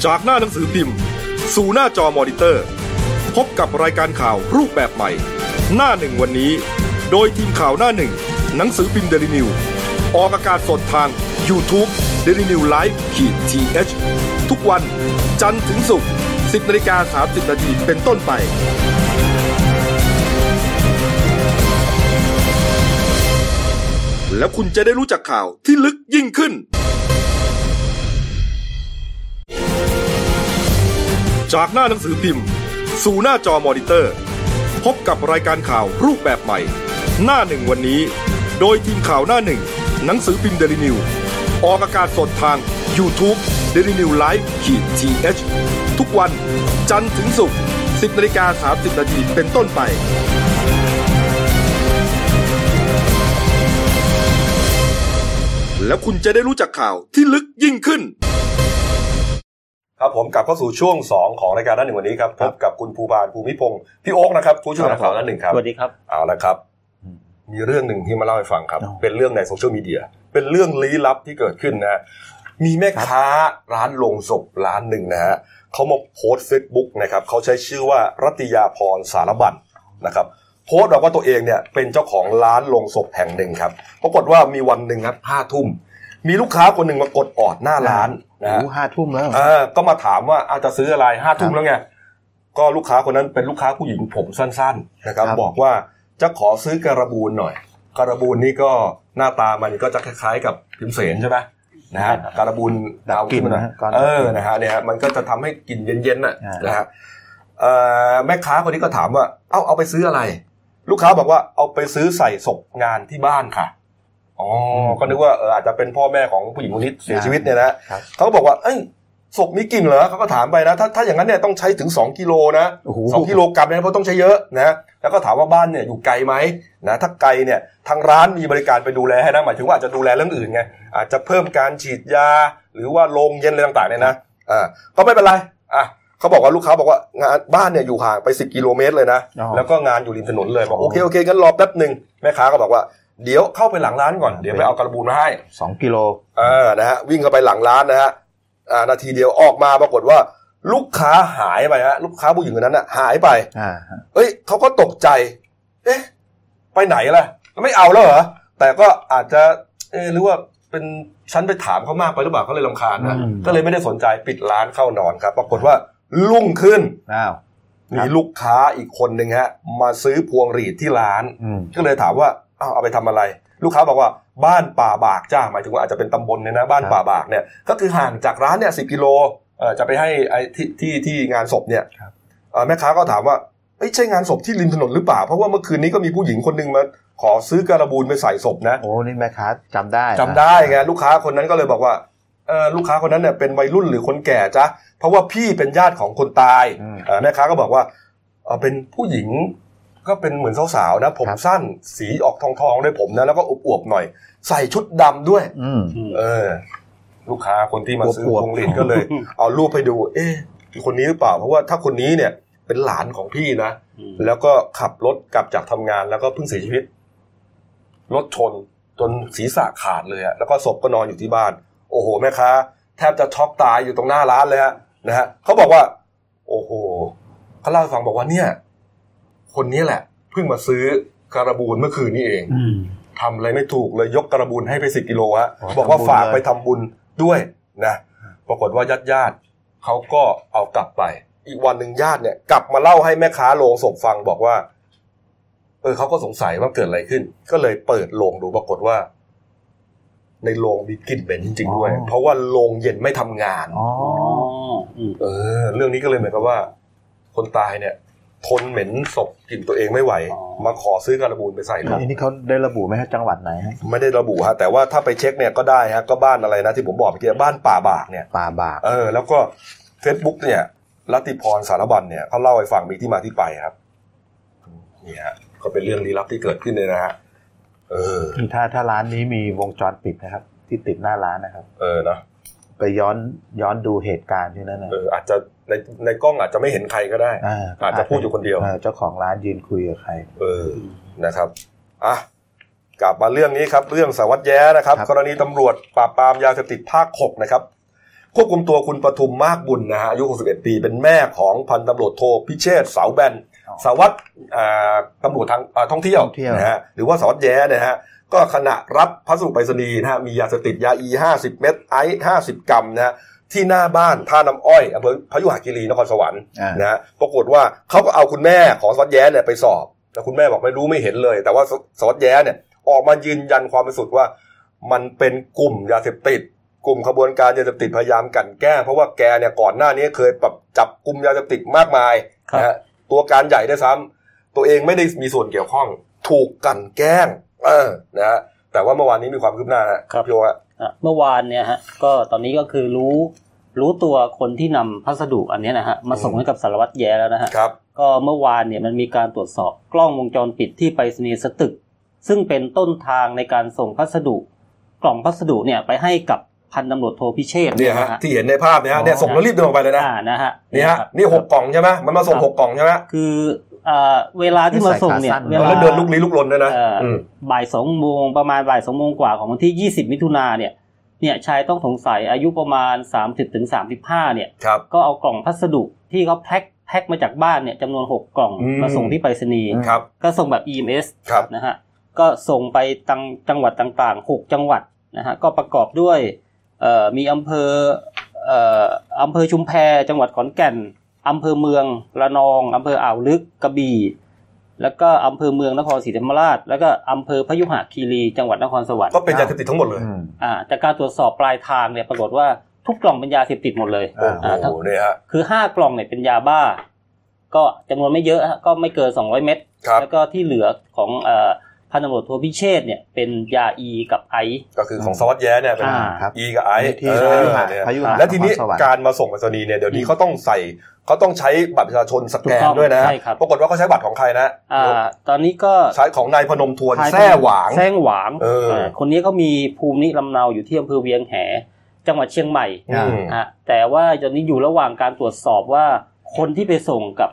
S4: จากหน้าหนังสือพิมพ์ สู่หน้าจอมอนิเตอร์ พบกับรายการข่าวรูปแบบใหม่ หน้าหนึ่งวันนี้ โดยทีมข่าวหน้าหนึ่ง หนังสือพิมพ์เดลิวิวออกอากาศสดทาง y o u t u เด d ิวิวไลฟ์ขีดทีเทุกวันจันทร์ถึงศุกร์10นาฬิกา30นาทีเป็นต้นไป แล้วคุณจะได้รู้จักข่าวที่ลึกยิ่งขึ้น จากหน้าหนังสือพิมพ์ สู่หน้าจอมอนิเตอร์ พบกับรายการข่าวรูปแบบใหม่ หน้าหนึ่งวันนี้ โดยทีมข่าวหน้าหนึ่ง หนังสือพิมพ์เดลิวิวออกอากาศสดทาง y o u t u เด d ิวิวไลฟ์ขีดทีเทุกวันจันทร์ถึงศุกร์10นาฬิกา30นาทีเป็นต้นไป แล้วคุณจะได้รู้จักข่าวที่ลึกยิ่งขึ้น
S1: ครับผมกลับเข้าสู่ช่วง 2 ของรายการหน้าหนึ่งวันนี้ครับพบกับคุณภูบาลภูมิพงศ์พี่โอ๊กนะครับผู้ช่วยนักข่าวหน้าหนึ่งครับ
S5: สวัสดีครับ
S1: เอาละครับ มีเรื่องหนึ่งที่มาเล่าให้ฟังครับ
S3: อ๋อ
S1: เป็นเรื่องในโซเชียลมีเดียเป็นเรื่องลี้ลับที่เกิดขึ้นนะฮะมีแม่ค้าร้านลงศพร้านหนึ่งนะฮะเขามาโพสต์เฟซบุ๊กนะครับเขาใช้ชื่อว่ารัตยาพรสารบัญนะครับ โพสต์บอกว่าตัวเองเนี่ยเป็นเจ้าของร้านลงศพแห่งหนึ่งครับปรากฏว่ามีวันหนึ่งครับห้าทุ่มมีลูกค้าคนหนึ่งมากดออดหน้าร้านนะฮะ
S2: โอ้ห้าทุ่มแล้ว
S1: เออก็มาถามว่าอาจจะซื้ออะไรห้าทุ่มแล้วไง ก็ลูกค้าคนนั้นเป็นลูกค้าผู้หญิงผมสั้นๆนะครับ
S3: ครับ
S1: บอกว่าจะขอซื้อการะบูนหน่อยการะบูนนี่ก็หน้าตามันก็จะคล้ายๆกับพิมเสนใช่ไหมนะฮะการะบูน
S3: ดับกลิ่น
S1: เอขึ้มาหอย
S3: นะฮะก่อน
S1: เออ นะฮะ เนี่ยฮะมันก็จะทำให้กลิ่นเย็นๆน่ะ
S3: อ่าน
S1: นะฮะเอ่อแม่ค้าคนนี้ก็ถามว่า เอ้า เอาไปซื้ออะไร ลูกค้าบอกว่า เอาไปซื้อใส่ศพงานที่บ้านค่ะ อ๋อ ก็นึกว่าเอออาจจะเป็นพ่อแม่ของผู้หญิงคนนี้เสียชีวิตเนี่ยนะ เขาก็บอกว่า เอ้ย ศพมีกลิ่นเหรอเขาก็ถามไปนะ ถ้า ถ้าอย่างนั้นเนี่ยต้องใช้ถึง 2 กิโลนะ
S3: โอ้โห
S1: สองกิโลกรัมนะเพราะต้องใช้เยอะนะ แล้วก็ถามว่าบ้านเนี่ยอยู่ไกลไหมนะ ถ้าไกลเนี่ยทางร้านมีบริการไปดูแลให้นะ หมายถึงว่าอาจจะดูแลเรื่องอื่นไง อาจจะเพิ่มการฉีดยา หรือว่าโรงเย็นอะไรต่างๆเนี่ยนะ อ่า ก็ไม่เป็นไร อ่ะเขาบอกว่าลูกค้าบอกว่างานบ้านเนี่ยอยู่ห่างไป 10 กิโลเมตรเลยนะ
S3: อ๋อ
S1: แล้วก็งานอยู่ริมถนนเลยบอกโอเคโอเคงั้นรอแป๊บหนึ่งแม่ค้าก็บอกว่าเดี๋ยวเข้าไปหลังร้านก่อนเดี๋ยวไปเอากระบูนมาให้
S3: สองกิโล
S1: เออนะฮะวิ่งเข้าไปหลังร้านนะฮะอ่านาทีเดียวออกมาปรากฏว่า ลูกค้าหายไปฮะลูกค้าผู้หญิงคนนั้นน่ะหายไป
S3: อ่า
S1: เอ้ยเขาก็ตกใจ เอ๊ะ ไปไหนล่ะ ไม่เอาแล้วเหรอ แต่ก็อาจจะ เอะหรือว่าเป็นฉันไปถามเขามากไปหรือเปล่าเขาเลยลำคาญนะ
S3: อืม
S1: ก็เลยไม่ได้สนใจปิดร้านเข้านอนครับ ปรากฏว่าลุ่งขึ้น
S3: อ้าว ครับ
S1: มีลูกค้าอีกคนหนึ่งฮะ มาซื้อพวงหรีดที่ร้าน
S3: อืม
S1: ก็เลยถามว่าอ้าวเอาไปทำอะไร ลูกค้าบอกว่าบ้านป่าบากจ้าหมายถึงว่าอาจจะเป็นตำบลเนี่ยนะบ้าน
S3: ครับ
S1: ป่าบากเนี่ยก็คือห่างจากร้านเนี่ยสิกิโลเอ่อจะไปให้ไอ้ที่ที่ที่งานศพเนี่ยเอ่อแม่ค้าก็ถามว่าเอ้ยใช่งานศพที่ริมถนนหรือเปล่า เพราะว่าเมื่อคืนนี้ก็มีผู้หญิงคนหนึงมาขอซื้อการะบูนไปใส่ศพนะ
S3: โอ้นี่แม่ค้าจำได้นะ
S1: จำได้ไงลูกค้าคนนั้นก็เลยบอกว่าเอ่อลูกค้าคนนั้นเนี่ยเป็นวัยรุ่นหรือคนแก่จ้ะเพราะว่าพี่เป็นญาติของคนตาย
S3: อืม
S1: เอ่อแม่ค้าก็บอกว่าเอ่อเป็นผู้หญิงก็เป็นเหมือนสาวๆนะ ผม
S3: ครับ
S1: สั้นสีออกทองๆด้วยผมนะแล้วก็อวบๆหน่อย ใส่ชุดดำด้วย
S3: อืม
S1: เออ ลูกค้าคนที่มาซื้อ
S3: อวบ
S1: พ
S3: ๆ
S1: วงหรีดก็เลย เอารูปให้ดู เอ๊ะคนนี้หรือเปล่า เพราะว่าถ้าคนนี้เนี่ยเป็นหลานของพี่นะ แล้วก็ขับรถกลับจากทำงานแล้วก็เพิ่งเสียชีวิต รถชนจนศีรษะขาดเลยอะแล้วก็ศพก็นอนอยู่ที่บ้าน โอ้โหแม่ค้าแทบจะช็อกตายอยู่ตรงหน้าร้านเลยฮะนะฮะเขาบอกว่า โอ้โหเขาเล่าให้ฟังบอกว่าเนี่ย คนนี้แหละเพิ่งมาซื้อการะบูนเมื่อคืนนี้เองทำอะไรไม่ถูกเลยยกการะบูนให้ไปสิบกิโลฮะ
S3: อ๋อ
S1: บอกว่า
S3: ทำบุญ
S1: ฝาก
S3: เลย
S1: ไปทำบุญด้วยนะปรากฏว่าญาติญาติๆ เขาก็เอากลับไป อีกวันหนึ่งญาติเนี่ย กลับมาเล่าให้แม่ค้าโรงศพฟังบอกว่า เออเขาก็สงสัยว่าเกิดอะไรขึ้น ก็เลยเปิดโรงดูปรากฏว่า ในโรงมีกลิ่นเหม็นจริง ๆ ด้วย
S3: อ๋อ
S1: เพราะว่าโรงเย็นไม่ทำงาน
S3: อ๋อ
S1: เออ เรื่องนี้ก็เลยเหมือนกับว่า คนตายเนี่ย ทนเหม็นศพกลิ่นตัวเองไม่ไหว
S5: อ๋อ
S1: มาขอซื้อการะบูนไปใส่โรง
S3: อันนี้เขาได้ระบุไหมฮะจังหวัดไหนฮะ
S1: ไม่ได้ระบุฮะแต่ว่าถ้าไปเช็คเนี่ยก็ได้ฮะก็บ้านอะไรนะที่ผมบอกเมื่อกี้บ้านป่าบากเนี่ย
S3: ป่าบาก
S1: เออแล้วก็ Facebook เนี่ยรัตติพรสารบัญเนี่ยเขาเล่าให้ฟังมีที่มาที่ไปครับนี่ฮะก็เป็นเรื่องลี้ลับที่เกิดขึ้นเลยนะฮะเออ
S3: ถ้าถ้าร้านนี้มีวงจรปิดนะครับ ที่ติดหน้าร้านนะครับ
S1: เออนะ
S3: ไปย้อนย้อนดูเหตุการณ์ที่นั่นนะ
S1: เอออาจจะในในกล้องอาจจะไม่เห็นใครก็ได้
S3: อ่า
S1: อาจจะพูดอยู่คนเดียว
S3: เออเจ้าของร้านยืนคุยกับใคร
S1: เออนะครับอ่ะกลับมาเรื่องนี้ครับ เรื่องสารวัตรแย้นะครับ
S3: ครับ
S1: กรณีตำรวจปราบปรามยาเสพติดภาคหกนะครับ ควบคุมตัวคุณปทุมมากบุญนะฮะอายุ 61 ปี เป็นแม่ของพันตำรวจโทพิเชษฐ์เสาแบนสารวัตรอ่าตำรวจทางอ่าท่องเที่ยว
S2: ท่องเที่ยว
S1: นะฮะหรือว่าสารวัตรแย้นะฮะก็ขณะรับพัสดุไปรษณีย์นะฮะมียาเสพติดยาอี 50 เม็ดไอซ์50 กรัมนะฮะที่หน้าบ้านท่าน้ำอ้อยอำเภอพยุหคีรีนครสวรรค์
S3: อ่า
S1: นะฮะปรากฏว่าเขาก็เอาคุณแม่ของสารวัตแย้เนี่ยไปสอบ แต่คุณแม่บอกไม่รู้ไม่เห็นเลย แต่ว่าสารวัตแย้เนี่ยออกมายืนยันความบริสุทธิ์ว่า มันเป็นกลุ่มยาเสพติด กลุ่มขบวนการยาเสพติดพยายามกลันแกล้งเพราะว่าแกเนี่ยก่อนหน้านี้เคยปรับจับกลุ่มยาเสพติดมากมาย
S5: ครับ
S1: นะฮะตัวการใหญ่ได้วยซ้ำตัวเองไม่ได้มีส่วนเกี่ยวข้อง ถูกกลันแกล้ง เออนะฮะแต่ว่าเมื่อวานนี้มีความคืบหน้านะครับ พี่โอฮะ
S5: อ่ะเมื่อวานเนี่ยฮะก็ตอนนี้ก็คือรู้รู้ตัวคนที่นำพัสดุอันเนี้ยนะฮะมาส่งให้กับสารวัตรแย่แล้วนะฮะ
S1: ครับ
S5: ก็เมื่อวานเนี่ยมันมีการตรวจสอบกล้องวงจรปิดที่ไปรษณีย์สตึก ซึ่งเป็นต้นทางในการส่งพัสดุ กล่องพัสดุเนี่ยไปให้กับพันตำรวจโทพิเชษฐ์
S1: เนี่ยฮะที่เห็นในภาพเนี่ยฮะเนี่ยส่งแล้วรีบเดินออกไปเลยนะ
S5: อ่านะฮะ
S1: นี่ฮะ
S5: ครับ
S1: นี่หกกล่องใช่ไหมมันมาส่งหกกล่องใช่ไหม
S5: คืออ่าเวลาที่มาส่งเนี่ย
S3: นิสัยขาสั้น
S5: เว
S1: แล้
S5: ลา
S1: วเดินลุกลี้ลุกลนด้วยนะ
S5: เอ่ออ
S1: ม
S5: บ่ายสองโมงประมาณบ่ายสองโมงกว่าของวันที่ 20 มิถุนาเนี่ยเนี่ยชายต้องสงสัยอายุประมาณ 30ถึง35เนี่ย
S1: ครับ
S5: ก็เอากล่องพัสดุที่เขาแพ็คแพ็คมาจากบ้านเนี่ยจำนวน 6 กล่อง
S1: อืม
S5: มาส่งที่ไปรษณีย์
S1: ครับ
S5: ก็ส่งแบบ EMS
S1: ครับ
S5: นะฮะก็ส่งไปตังจังหวัดต่างๆ 6 จังหวัดนะฮะก็ประกอบด้วยเอ่อมีอำเภอเอ่ออำเภอชุมแพจังหวัดขอนแก่นอำเภอเมืองระนองอำเภออ่าวลึกกระบี่แล้วก็อำเภอเมืองนครศรีธรรมราช แล้วก็อำเภอพยุหคีรีจังหวัดนครสวรรค์
S1: ก็เป็นยาเสพติดทั้งหมดเลย
S3: อืม
S5: อ่าจากการตรวจสอบปลายทางเนี่ยปรากฏว่าทุกกล่องเป็นยาเสพติดหมดเลย
S1: โอ้
S5: อ่าทั้ง
S1: โหเนี่ยฮะ
S5: คือ 5 กล่องเนี่ยเป็นยาบ้า ก็จำนวนไม่เยอะฮะก็ไม่เกิน 200 เม็ด
S1: ครับ
S5: แล้วก็ที่เหลือของเออพันตำรวจโทพิเชษฐ์เนี่ยเป็นยาอีกับไอซ์
S1: ก็คือของสารวัตรแย้เนี่ยเป็น
S5: อ่า
S3: ครับ
S1: อีกับไอซ์
S3: ที่
S1: เอ
S3: พายุ
S1: อ
S3: หา
S1: เนี่ย
S3: พายุหา
S1: และทีนี้
S3: ครสวรรค์
S1: การมาส่งไปรษณีย์เนี่ยเดี๋ยวนี้เขาต้องใส่เขาต้องใช้บัตรประชาชนสแก
S5: ถูก
S1: น
S5: ต้อง
S1: ด้วยนะฮะ
S5: ใช่ครับ
S1: ปรากฏว่าเขาใช้บัตรของใครนะ
S5: อ่าตอนนี้ก็
S1: ใช้ของนายพนมทวน
S5: ทย
S1: แทร่หวาง
S5: แซ่หวาง
S1: เออ
S5: เออคนนี้เขามีภูมิลำเนาอยู่ที่อำเภอเวียงแห จังหวัดเชียงใหม่
S1: อืม
S5: ฮะแต่ว่าตอนนี้อยู่ระหว่างการตรวจสอบว่าคนที่ไปส่งกับ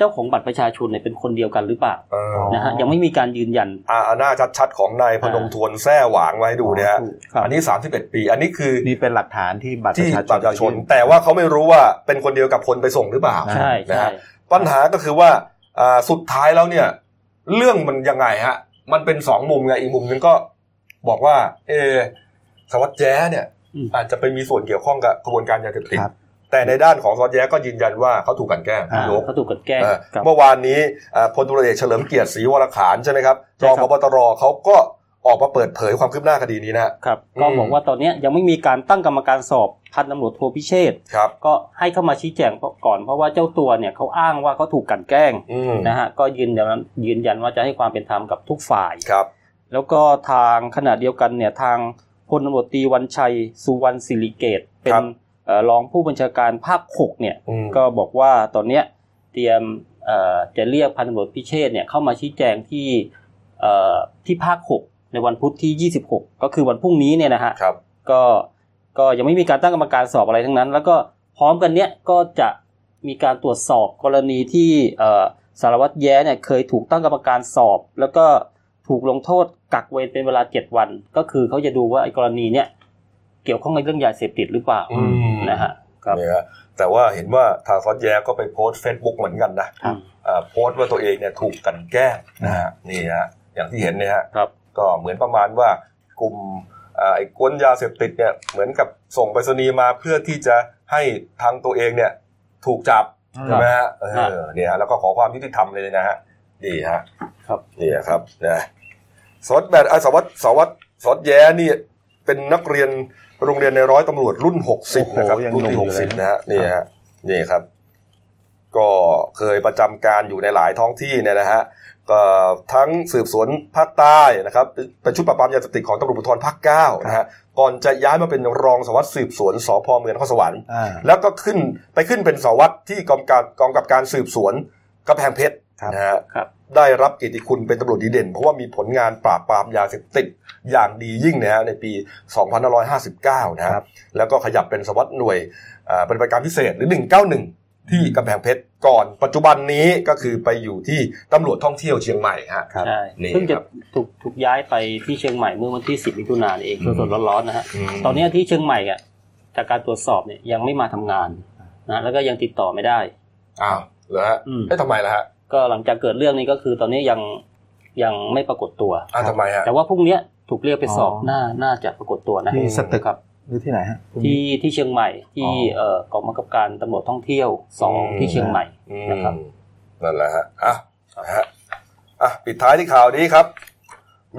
S5: เจ้าของบัตรประชาชนเนี่ยเป็นคนเดียวกันหรือเปล่า
S1: เออ
S5: นะฮะยังไม่มีการยืนยัน
S1: อ่าหน้าชัดๆของนายพนมทวนแทร่หวางไว้ดูเนี่ยฮะ
S5: ครับ
S1: อันนี้ 31 ปี อันนี้คือ
S3: นี่เป็นหลักฐานที่บัตรป
S1: ที่
S3: ระชาชน
S1: บัตรประชาชน แต่ว่าเขาไม่รู้ว่าเป็นคนเดียวกับคนไปส่งหรือเปล่า
S3: อ่า
S5: ใช่
S1: นะ
S5: ใช่
S1: ฮะ ปัญหาก็คือว่าอ่าสุดท้ายแล้วเนี่ย เรื่องมันยังไงฮะ มันเป็นสองมุมไงอีกมุมหนึงก็บอกว่า เออสารวัตรแย้เนี่ย
S5: อืม
S1: อาจจะไปมีส่วนเกี่ยวข้องกับกระบวนการยาเสพติด
S3: ครับ
S1: แต่ในด้านของสารวัตรแย้ก็ยืนยันว่าเขาถูกกลันแกล้ง
S5: อ่า
S1: โยก
S5: เขาถูกกลันแกล้ง
S1: เออ
S5: กับ
S1: เมื่อวานนี้อ่าพลตุรวจเอกเฉลิมเกียรติศรีวรขานใช่ไหมครับ
S5: ใช่
S1: รอง
S5: ครั
S1: พ
S5: บ
S1: บตรเขาก็ออกมาเปิดเผยความคืบหน้าคดีนี้นะฮะ
S5: ครับ
S1: อืม
S5: ก็บอกว่าตอนเนี้ยยังไม่มีการตั้งกรรมการสอบพันตำรวจโทพิเชษฐ์
S1: ครับ
S5: ก็ให้เข้ามาชี้แจงก่อนเพราะว่าเจ้าตัวเนี่ยเขาอ้างว่าเขาถูกกลั่นแกล้ง
S1: อืม
S5: นะฮะก็ยืนยันยืนยันว่าจะให้ความเป็นธรรมกับทุกฝ่าย
S1: ครับ
S5: แล้วก็ทางขณะเดียวกันเนี่ยทางพลตำรวจตรีวันชัยสุวรรณศิริเกตเป็
S1: คน รับ
S5: เอ่อรองผู้บัญชาการภาคหกเนี่ย
S1: อืม
S5: ก็บอกว่าตอนเนี้ยเตรียมเอ่อจะเรียกพันตำรวจพิเชษฐ์เนี่ยเข้ามาชี้แจงที่เอ่อที่ภาคหกในวันพุธที่ 26 ก็คือวันพรุ่งนี้เนี่ยนะฮะ
S1: ครับ
S5: ก็ก็ยังไม่มีการตั้งกรรมการสอบอะไรทั้งนั้น แล้วก็พร้อมกันเนี้ยก็จะมีการตรวจสอบกรณีที่เอ่อสารวัตรแย้เนี่ยเคยถูกตั้งกรรมการสอบ แล้วก็ถูกลงโทษกักเวรเป็นเวลาเจ็ดวัน ก็คือเขาจะดูว่าไอ้กรณีเนี้ยเกี่ยวข้องในเรื่องยาเสพติดหรือเปล่า
S1: อืม
S5: นะฮะครับ
S1: เนี่ยฮะแต่ว่าเห็นว่าทางสารวัตรแย้ก็ไปโพสต์เฟซบุ๊กเหมือนกันนะ เอ่อโพสต์ว่าตัวเองเนี่ยถูกกลันแกล้งนะฮะนี่ฮะอย่างที่เห็นเนี่ยฮะ
S5: ครับ
S1: ก็เหมือนประมาณว่ากลุ่มเอ่อไอ้กวนยาเสพติดเนี่ยเหมือนกับส่งไปรษณีย์มาเพื่อที่จะให้ทางตัวเองเนี่ยถูกจับใช่ไหมฮะเออเนี่ยฮะแล้วก็ขอความยุติธรรมเลยนะฮะนี่ฮะ
S5: ครับ
S1: นี่ครับนะสวัสดแบบอ่ะสวัสดสวัสดสวัสดแย้นี่เป็นนักเรียนโรงเรียนในร้อยตำรวจรุ่นหกสิบ
S3: โอ้โห
S1: นะครับ
S3: ยัง
S1: รุ่น
S3: หนุ่
S1: ที่ห
S3: มอยู่
S1: ก
S3: เล
S1: สิ
S3: ย
S1: บนะฮะนี่ฮะนี่ครับ ก็เคยประจำการอยู่ในหลายท้องที่เนี่ยนะฮะก็ทั้งสืบสวนภาคใต้นะครับเป็นชุดปราบปรามยาเสพติดของตำรวจภูธรภาคเก้านะฮะก่อนจะย้ายมาเป็นรองสารวัสดิ์สืบสวนสพเมืองนครสวรรค์
S3: อ่า
S1: แล้วก็ขึ้นไปขึ้นเป็นสารวัสดิ์ที่กองการกองกับการสืบสวนกำแพงเพชร
S3: ครับ
S1: นะฮะ
S5: ครับ
S1: ได้รับเกียรติคุณเป็นตำรวจดีเด่น เพราะว่ามีผลงานปราบปรามยาเสพติดอย่างดียิ่งนะฮะในปี 2559 นะฮะ
S3: ครับ
S1: แล้วก็ขยับเป็นสารวัสดิ์หน่วยเอ่อปฏิบัติการพิเศษหรือ 191 ที่กำแพงเพชรก่อนปัจจุบันนี้ก็คือไปอยู่ที่ตำรวจท่องเที่ยวเชียงใหม่ฮะ
S3: ครับ
S5: ใช่
S1: นี่
S5: เพิ่งจะ
S1: ครับ
S5: ถูกถูกย้ายไปที่เชียงใหม่เมื่อวันที่ 10 มิถุนายนเอง
S1: อืม
S5: สดๆร้อนๆนะฮะ
S1: ม
S5: ตอนเนี้ยที่เชียงใหม่อ่ะ จากการตรวจสอบเนี่ยยังไม่มาทำงานนะแล้วก็ยังติดต่อไม่ได้
S1: อ้าวเหรอฮะ
S5: อืม
S1: เอ๊ะทำไมล่ะฮะ
S5: ก็หลังจากเกิดเรื่องนี้ก็คือตอนนี้ยังยังไม่ปรากฏตัว
S1: อ้าวทำไมฮะ
S5: แต่ว่าพรุ่งเนี้ยถูกเรียกไปสอบ
S3: อ๋อ
S5: น่าน่าจะปรากฏตัวนะ
S3: ที่สตึก
S5: ครับ
S3: หรือที่ไหนฮะ
S5: ที่ที่เชียงใหม่ที่
S3: อ๋อ
S5: เอ่อกองบังคับการตำรวจท่องเที่ยวสอง
S1: อืม
S5: ที่เชียงใหม่
S1: อืม
S5: นะครับ
S1: นั่นแหละฮะอ่ะนะฮะอ่ะปิดท้ายที่ข่าวนี้ครับ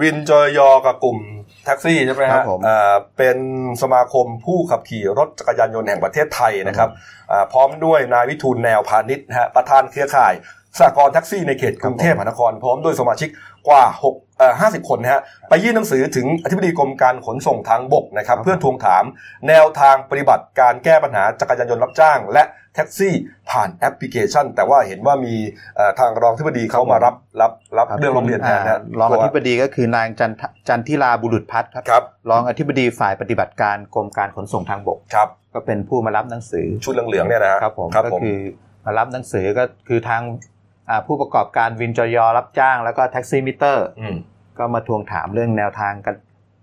S1: วินจอยอกับกลุ่มแท็กซี่ใช่ไหม
S3: ครั
S1: ฮะ
S3: บผม
S1: อ่าเป็นสมาคมผู้ขับขี่รถจักรยานยนต์แห่งประเทศไทยนะครับอ่าพร้อมด้วยนายวิทูลแนวพาณิชย์นะฮะประธานเครือข่ายสหกรณ์แท็กซี่ในเขตกรุงเทพมหานคร พร้อมด้วยสมาชิกกว่า6เอ่อ50 คนนะฮะไปยื่นหนังสือถึงอธิบดีกรมการขนส่งทางบกนะครับ เพื่อทวงถาม แนวทางปฏิบัติการแก้ปัญหาจักรยานยนต์รับจ้าง และแท็กซี่ผ่านแอปพลิเคชัน แต่ว่าเห็นว่ามีเอ่อทางรองอธิบดีเขามารับรับรับเรื่องร้องเรียนแทนนะฮะ
S3: รองอธิบดีก็คือนางจันทจันทิราบุรุษพัฒน์ครับ
S1: ครับ
S3: รองอธิบดีฝ่ายปฏิบัติการกรมการขนส่งทางบก
S1: ครับ
S3: ก็เป็นผู้มารับหนังสือ
S1: ชุดเหลืองๆเนี่ยนะฮะ
S3: ครับผม
S1: ครับ
S3: ก็
S1: ผม
S3: คือมารับหนังสือก็คือทางอ่าผู้ประกอบการวินจอยอรับจ้างแล้วก็แท็กซี่มิเตอร์
S1: ม
S3: ก็มาทวงถามเรื่องแนวทางการ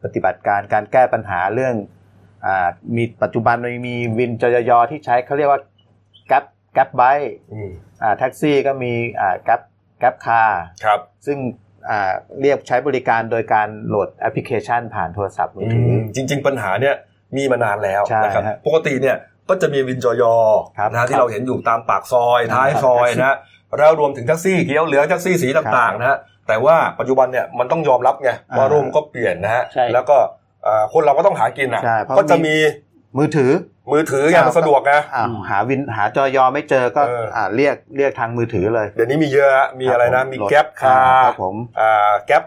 S3: ปฏิบัติการการแก้ปัญหาเรื่องอามีปัจจุบันมันมีวินจยยที่ใช้เขาเรียกว่าแกลแกลไบ
S1: อืม
S3: แท็กซี่ก็มีแกลแกลคาร์
S1: ครับ
S3: ซึ่งอ่าเรียกใช้บริการโดยการโหลดแอปพลิเคชันผ่านโทรศัพท์มือ
S1: อื
S3: ถือ
S1: มจริง ๆ ปัญหาเนี่ยมีมานานแล้ว
S3: ใช่
S1: นะครับ
S3: ฮะ
S1: ปกติเนี่ยก็จะมีวินจอยอ
S3: ครับ
S1: นะฮะที่เราเห็นอยู่ตามปากซอย
S3: ครับ
S1: ท้ายซอยนะฮะแล้วรวมถึงแท็กซี่เขียวเหลืองแท็กซี่สีต่างๆนะฮะแต่ว่าปัจจุบันเนี่ยมันต้องยอมรับไง
S3: อ่า
S1: ว่าโรมก็เปลี่ยนนะฮะ
S5: ใช่
S1: แล้วก็เอ่อคนเราก็ต้องหากินอ่ะ
S3: ใช่เพราะ
S1: ก็จะมี
S3: มือถือ
S1: มือถือไงมันสะดวกนะ
S3: อ้าวหาวินหาจอยอไม่เจอก็
S1: เอออ่
S3: าเรียกเรียกทางมือถือเลย
S1: เดี๋ยวนี้มีเยอะฮะมีอะไรนะ มี
S3: ผโหลด
S1: แก๊ปคา
S3: ค
S1: ร์
S3: รับผม
S1: อ่าแก๊ป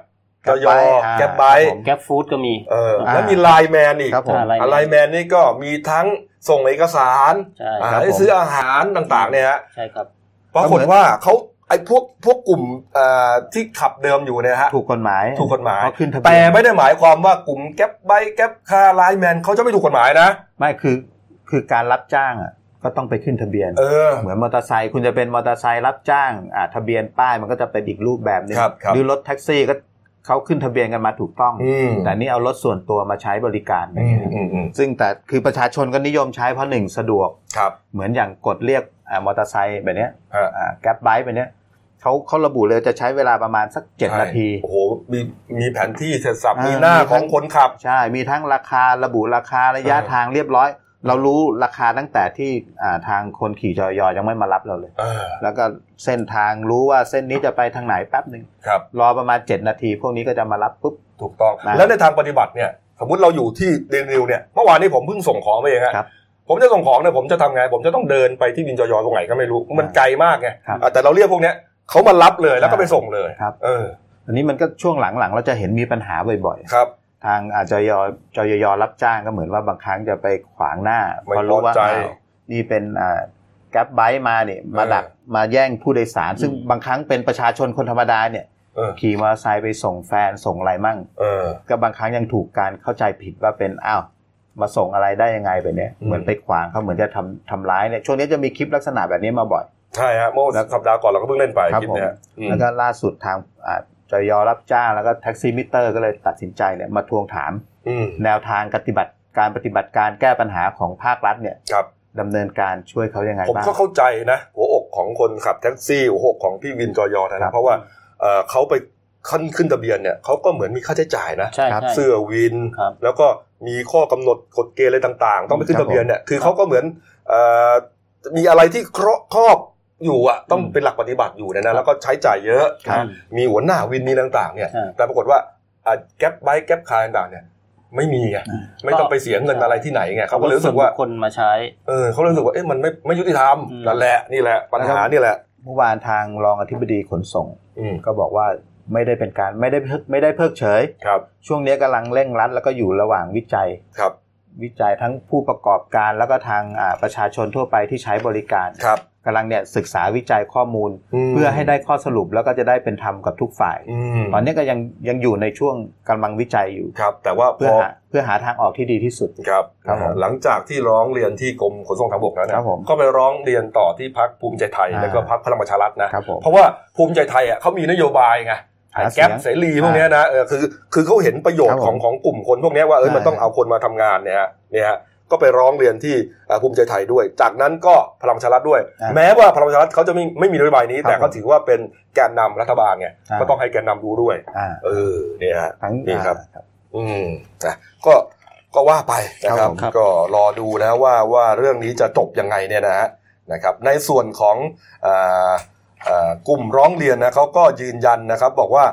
S1: จอยอ
S3: Grab Bike
S1: แก๊ปไบ
S3: อ่าครับผม
S5: แกลฟู้ดก็มี
S1: เออ
S3: อ่า
S1: แล้วมีไลน์แมนอีก
S3: ครับผม
S5: อะไร
S1: อะไรแมนนี่ก็มีทั้งส่งเอกสาร
S5: ใช่
S1: อ่า
S3: ครับ
S1: ให้
S3: ผม
S1: ซื้ออาหารต่างๆเนี่ยฮะ
S5: ใช่ครับ
S1: ปรากฏว่าเขาไอ้พวกพวกกลุ่มเอ่อที่ขับเดิมอยู่เนี่ยฮะ
S3: ถูกกฎหมาย
S1: ถูกกฎหมาย
S3: เพระขึ้นทะเบียน
S1: แต่ไม่ได้หมายความว่ากลุ่มแก๊ปไบค์แก๊ปคาร์ไลน์แมนเขาจะไม่ถูกกฎหมายนะ
S3: ไม่คือคือการรับจ้างอ่ะก็ต้องไปขึ้นทะเบียน
S1: เออ
S3: เหมือนมอเตอร์ไซค์คุณจะเป็นมอเตอร์ไซค์รับจ้างอ่าทะเบียนป้ายมันก็จะเป็นอีกรูปแบบหนึง
S1: ครับครับ
S3: หรือรถแท็กซี่ก็เขาขึ้นทะเบียนกันมาถูกต้อง
S1: อืม
S3: แต่นี่เอารถส่วนตัวมาใช้บริการ
S1: อืมอืมอืม
S3: ซึ่งแต่คือประชาชนก็นิยมใช้เพราะหนึ่งสะดวก
S1: ครับ
S3: เหมือนอย่างกดเรียกอ่ามอเตอร์ไซค์แบบเนี้ย
S1: ฮะ
S3: แกร็บไบค์แบบเนี้ยเขาเขาระบุเลยจะใช้เวลาประมาณสักเจ็ดนาที
S1: โอ้โหมีมีแผนที่เสร็จสับ
S3: อ่ามี
S1: มีหน้าข
S3: ทั้
S1: อง
S3: ง
S1: คนขับ
S3: ใช่ มีทั้งราคาระบุราคาระยะ
S1: เออ
S3: ทางเรียบร้อย เรารู้ราคาตั้งแต่ที่อ่าทางคนขี่จอยอยังไม่มารับเราเลย
S1: เออ
S3: แล้วก็เส้นทางรู้ว่าเส้นนี้จะไปทางไหนแป๊บหนึ่ง
S1: ครับ
S3: รอประมาณ 7 นาที พวกนี้ก็จะมารับปุ๊บ
S1: ถูกต้อง
S3: นะ
S1: แล้วในทางปฏิบัติเนี่ยสมมติเราอยู่ที่เดลินิวเนี่ยเมื่อวานนี้ผมเพิ่งส่งของไปเองฮะ
S3: ครับ
S1: ผมจะส่งของเนี่ยผมจะทำไง ผมจะต้องเดินไปที่บินจอยอตรงไหนก็ไม่รู้มันไกลมากไง
S3: ครับ
S1: อ่ะแต่เราเรียกพวกเนี้ยเขามารับเลยแล้วก็
S3: อ่า
S1: ไปส่งเลย
S3: ครับ
S1: เออ
S3: อันนี้มันก็ช่วงหลังๆ เราจะเห็นมีปัญหาบ่อย
S1: ครับ
S3: ๆ ทางอาจยจยยรับจ้างก็เหมือนว่าบางครั้งจะไปขวางหน้า
S1: ไม่
S3: พอรู้ว่า
S1: พอใจ
S3: อ้าวนี่เป็นอ่าแกร็บไบค์มาเนี่ยมา
S1: เออ
S3: ดักมาแย่งผู้โดยสาร ซึ่ง
S5: อืม
S3: บางครั้งเป็นประชาชนคนธรรมดาเนี่ย
S1: เออ
S3: ขี่มอเตอร์ไซค์ไปส่งแฟนส่งอะไรมั่ง
S1: เออ
S3: ก็บางครั้งยังถูกการเข้าใจผิดว่าเป็นอ้าวมาส่งอะไรได้ยังไงแบบเนี้ย
S1: อืม
S3: เหมือนไปขวางเขาเหมือนจะทำทำร้ายเนี่ยช่วงนี้จะมีคลิปลักษณะแบบนี้มาบ่อย
S1: ใช่ฮะเมื่อ
S3: แล้ว
S1: สัปดาห์ก่อนเราก็เพิ่งเล่นไป
S3: ครับ
S1: คลิปเนี้ย
S3: ผม
S1: อืม
S3: แล้วก็ล่าสุดทางอ่าจยรับจ้างแล้วก็แท็กซี่มิเตอร์ก็เลยตัดสินใจเนี่ยมาทวงถาม
S1: อืม
S3: แนวทางปฏิบัติการปฏิบัติการแก้ปัญหาของภาครัฐเนี่ย
S1: ครับ
S3: ดำเนินการช่วยเขายังไง
S1: ผม
S3: บ้าง
S1: ก็เข้าใจนะหัวอกของคนขับแท็กซี่หัวอกของพี่วินจอยอ
S3: ครั
S1: นะ
S3: บ
S1: เพราะว่าเอ่อเขาไปขึ้นขึ้นทะเบียนเนี่ยเขาก็เหมือนมีค่าใช้จ่ายนะ
S5: ใช่
S3: ครับ
S5: ใช่
S1: เสื้อวิน
S5: ครับ
S1: แล้วก็มีข้อกำหนดกฎเกณฑ์อะไรต่างๆ ต้องไปขึ้น
S3: ครั
S1: ทะ
S3: บ
S1: เบียนเนี่ยคือเขาก็เหมือนเอ่อมีอะไรที่ครอบครอบอยู่อะต้องเป็นหลักปฏิบัติอยู่เนยนะแล้วก็ใช้จ่ายเยอะ
S3: ครับ
S1: มีหัวหน้าวินมีต่างๆเนี่ย
S5: ใช่
S1: แต่ปรากฏว่าอ่ะแก๊ปไบค์แก๊ปคาร์ต่างๆเนี่ยไม่มีไงไม่ต้องไปเสียเงินอะไรที่ไหนไงเขาก็เลยรู้สึกว่า
S5: ถนบุคคนมาใช้
S1: เออเขาเลยรู้สึกว่าเอ๊ะมันไม่ไม่ยุติธรรม
S5: อืม
S1: นั่นแหละนี่แหละปัญหานี่แหละ
S3: เมื่อวานทางรองอธิบดีขนส่ง
S1: อืม
S3: ก็บอกว่าไม่ได้เป็นการไม่ได้ไม่ได้เพิกเฉย
S1: ครับ
S3: ช่วงนี้กำลังเร่งรัดแล้วก็อยู่ระหว่างวิจัย
S1: ครับ
S3: วิจัยทั้งผู้ประกอบการแล้วก็ทางอ่าประชาชนทั่วไปที่ใช้บริการ
S1: ครับ
S3: กำลังเนี่ยศึกษาวิจัยข้อมูล
S1: ม
S3: เพื่อให้ได้ข้อสรุปแล้วก็จะได้เป็นธรรมกับทุกฝ่าย
S1: อืม
S3: ตอนนี้ก็ยังยังอยู่ในช่วงกำลังวิจัยอยู่
S1: ครับ แต่ว่าพ
S3: เพื่อ
S1: อ
S3: หาเพื่อหาทางออกที่ดีที่สุด
S1: ครับ
S3: ครับผม
S1: หลังจากที่ร้องเรียนที่กรมขนส่งทางบกแล้วเน
S3: ค
S1: ย
S3: รับผม
S1: ก็ไปร้องเรียนต่อที่พักภูมิใจไทย
S3: อ่า
S1: แล้วก็พักพลังประชารัฐนะครับ
S3: ผม
S1: เพราะว่าภูมิใจไทยอ่ะเขามีนโยบายไงไอ้
S3: หาเสี
S1: แก๊
S3: ย
S1: ป
S3: ง
S1: เสรีพวกเนี้ยนะเออคือคือเขาเห็นประโยชน์
S3: ครับ
S1: ข
S3: ผ
S1: อง
S3: ม
S1: ของกลุ่มคนพวกเนี้ยว่าเออ
S3: ใช่
S1: มันต้องเอาคนมาทำงานเนี่ยฮะเนี่ยฮะ ก็ไปร้องเรียนที่เอ่อภูมิใจไทยด้วย จากนั้นก็พลังประชารัฐด้วย
S3: อ่า
S1: แม้ว่าพลังประชารัฐเขาจะไม่ไม่มีนโยบายนี้
S3: ครับ
S1: แต่เขาถือว่าเป็นแกนนำรัฐบาลไง
S3: อ่า
S1: ก็ต้องให้แกนนำรู้ด้วย
S3: อ่า
S1: เออเนี่ยฮะ
S3: ทั้ง
S1: นี่ครับ
S3: อ่า
S1: อืมนะก็ก็ว่าไปนะครับ
S3: ครับผมครับ
S1: ก็รอดูนะว่าว่าเรื่องนี้จะจบยังไงเนี่ยนะฮะนะครับ ในส่วนของเอ่อเอ่อกลุ่มร้องเรียนนะเขาก็ยืนยันนะครับ บอกว่า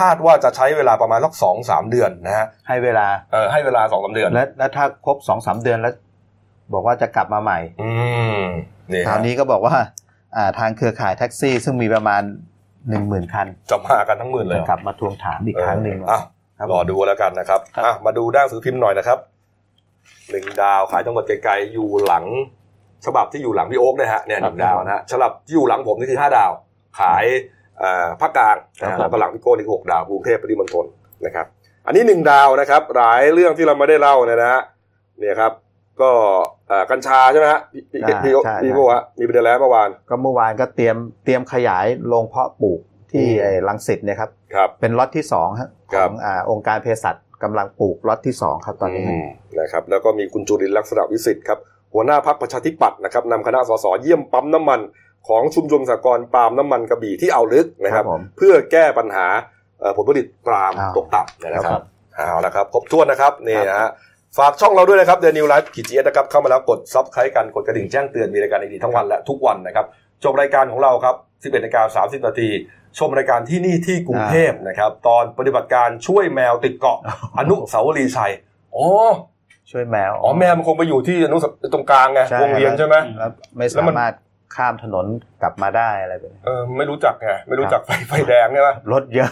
S1: คาดว่าจะใช้เวลาประมาณสักสองสามเดือนนะฮะ
S3: ให้เวลา
S1: เออให้เวลาสองสามเดือน
S3: และและถ้าครบสองสามเดือนแล้ว บอกว่าจะกลับมาใหม่
S1: อืมนี่
S3: คราว
S1: ฮะ
S3: นี้ก็บอกว่าอ่าทางเครือข่ายแท็กซี่ ซึ่งมีประมาณหนึ่งหมื่นคัน
S1: จะมากันทั้งหมื่นเลย
S3: จะ
S1: เหอก
S3: ลับมาทวงถามอีกครั้งหนึ่ง
S1: เอออ่ะ
S3: ครับ
S1: รอดูแล้วกันนะครับ
S5: ครับ
S1: อ่ะมาดูด้านสือพิมพ์หน่อยนะครับหนึ่งดาวขายจังหวัดไกลๆอยู่หลัง ฉบับที่อยู่หลังพี่โอ๊คเนี่ยฮะเนี่ยหนึ่งดาวนะฮะฉบับที่อยู่หลังผมนี่คือห้าดาว ขายเอ่อภาคกลางนะ
S3: ครั
S1: ฮะ
S3: บ
S1: แล้วก็หลังพี่โก้นี่คือหกดาวกรุงเทพปริมณฑลนะครับ อันนี้หนึ่งดาวนะครับ หลายเรื่องที่เราไม่ได้เล่าเนี่ยนะฮะเนี่ยครับ ก็เอ่อกัญชาใช่ไหมฮะพี่พี่พี่พี่โอ๊ค
S3: อ่าใช่
S1: พี่โก้ฮะมีประเด็นแล้วเมื่อวาน
S3: ก็เมื่อวานก็เตรียมเตรียมขยายโรงเพาะปลูกที่
S1: อืม
S3: ไอ้ลังสิตเนี่ยครับ
S1: ครับ
S3: เป็นล็อตที่สองฮะ
S1: ค
S3: ข
S1: รั
S3: อบ งอาองค์การเภสัชกำลังปลูกล็อตที่สองครับตอนนี้
S1: มนะครับแล้วก็มีคุณจุรินทร์ลักษณะวิสิทธิ์ครับหัวหน้าพักประชาธิปัตย์นะครับนำคณะสสเยี่ยมปั๊มน้ำมัน ของชุมชนสหกรณ์ปาล์มน้ำมันกระบี่ที่เอาวลึกนะครับ
S3: ครับผม
S1: เพื่อแก้ปัญหาเอ่อผลผลิตปาล์ม
S3: อ้าว
S1: ตกต่ำเนี่ยนะครับเอาละครับครบถ้วนนะครับนี่นะฮะฝากช่องเราด้วยนะครับเดนิวไลฟ์ขีดเอสนะครับเข้ามาแล้วกดซับสไครต์กันกดกระดิ่งแจ้งเตือนมีรายการดีๆทั้งวันและทุกวันนะครับจบรายการของเราครับ 11นาฬิกา30นาทีชมรายการที่นี่ที่กรุงเทพนะครับตอนปฏิบัติการช่วยแมวติด เกาะ อนุสาวรีย์ชัยอ๋อ
S3: ช่วยแมว
S1: อ๋อแมวมันคงไปอยู่ที่อนุสาวตรงกลางไง
S3: ใช่
S1: วงเวียนใช่ไหม
S3: แล้วไม่
S1: แล้ว
S3: สา
S1: มัน
S3: มารถข้ามถนนกลับมาได้อะไรแบบนี้
S1: เออไม่รู้จักไงไม่รู้จักไฟไฟแดงใช่ไหม
S3: รถเย อะ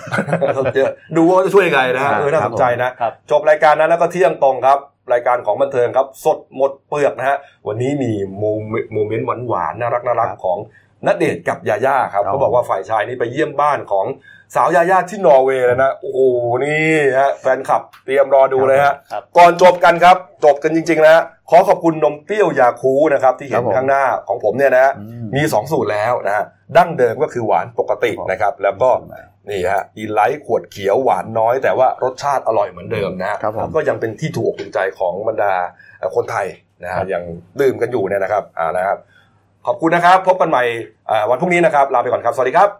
S1: เยอะดูว่าจะช่วยยังไงนะฮะ
S3: ครับ
S1: เออน่าสนใจนะ
S5: ครับ
S1: จบรายการนั้นแล้วก็เที่ยงตรงครับ รายการของบันเทิงครับ สดหมดเปลือกนะฮะวันนี้มีโมเมโมเมนต์หวานๆน่ารักน่ารักของณเดชน์กับยาย่าครับ
S3: ครับ
S1: เขาบอกว่าฝ่ายชายนี่ไปเยี่ยมบ้านของสาวยาย่าที่นอร์เวย์แล้วนะโอ้โหนี่ฮะแฟนคลับเตรียมรอดูเลยฮะ
S5: ครับ
S1: ก่อนจบกันครับ จบกันจริงๆนะฮะขอขอบคุณนมเปรี้ยวยาคูนะครับ ที่เห็
S3: ครั
S1: น
S3: บผม
S1: ข้างหน้าของผมเนี่ยนะฮะ
S3: อืม
S1: มี 2 สูตรแล้วนะฮะดั้งเดิมก็คือหวานปกติ
S3: ครับ
S1: นะครับ แล้วก็ นี่ฮะอีไลท์ขวดเขียวหวานน้อยแต่ว่ารสชาติอร่อยเหมือนเดิมนะฮะ
S3: ครับผม
S1: ก็ยังเป็นที่ถูกอกถูกใจของบรรดาเอ่อคนไทยนะฮะยังดื่มกันอยู่เนี่ยนะครับอ่านะครับ ขอบคุณนะครับ พบกันใหม่เอ่อวันพรุ่งนี้นะครับ ลาไปก่อนครับ สวัสดีครับ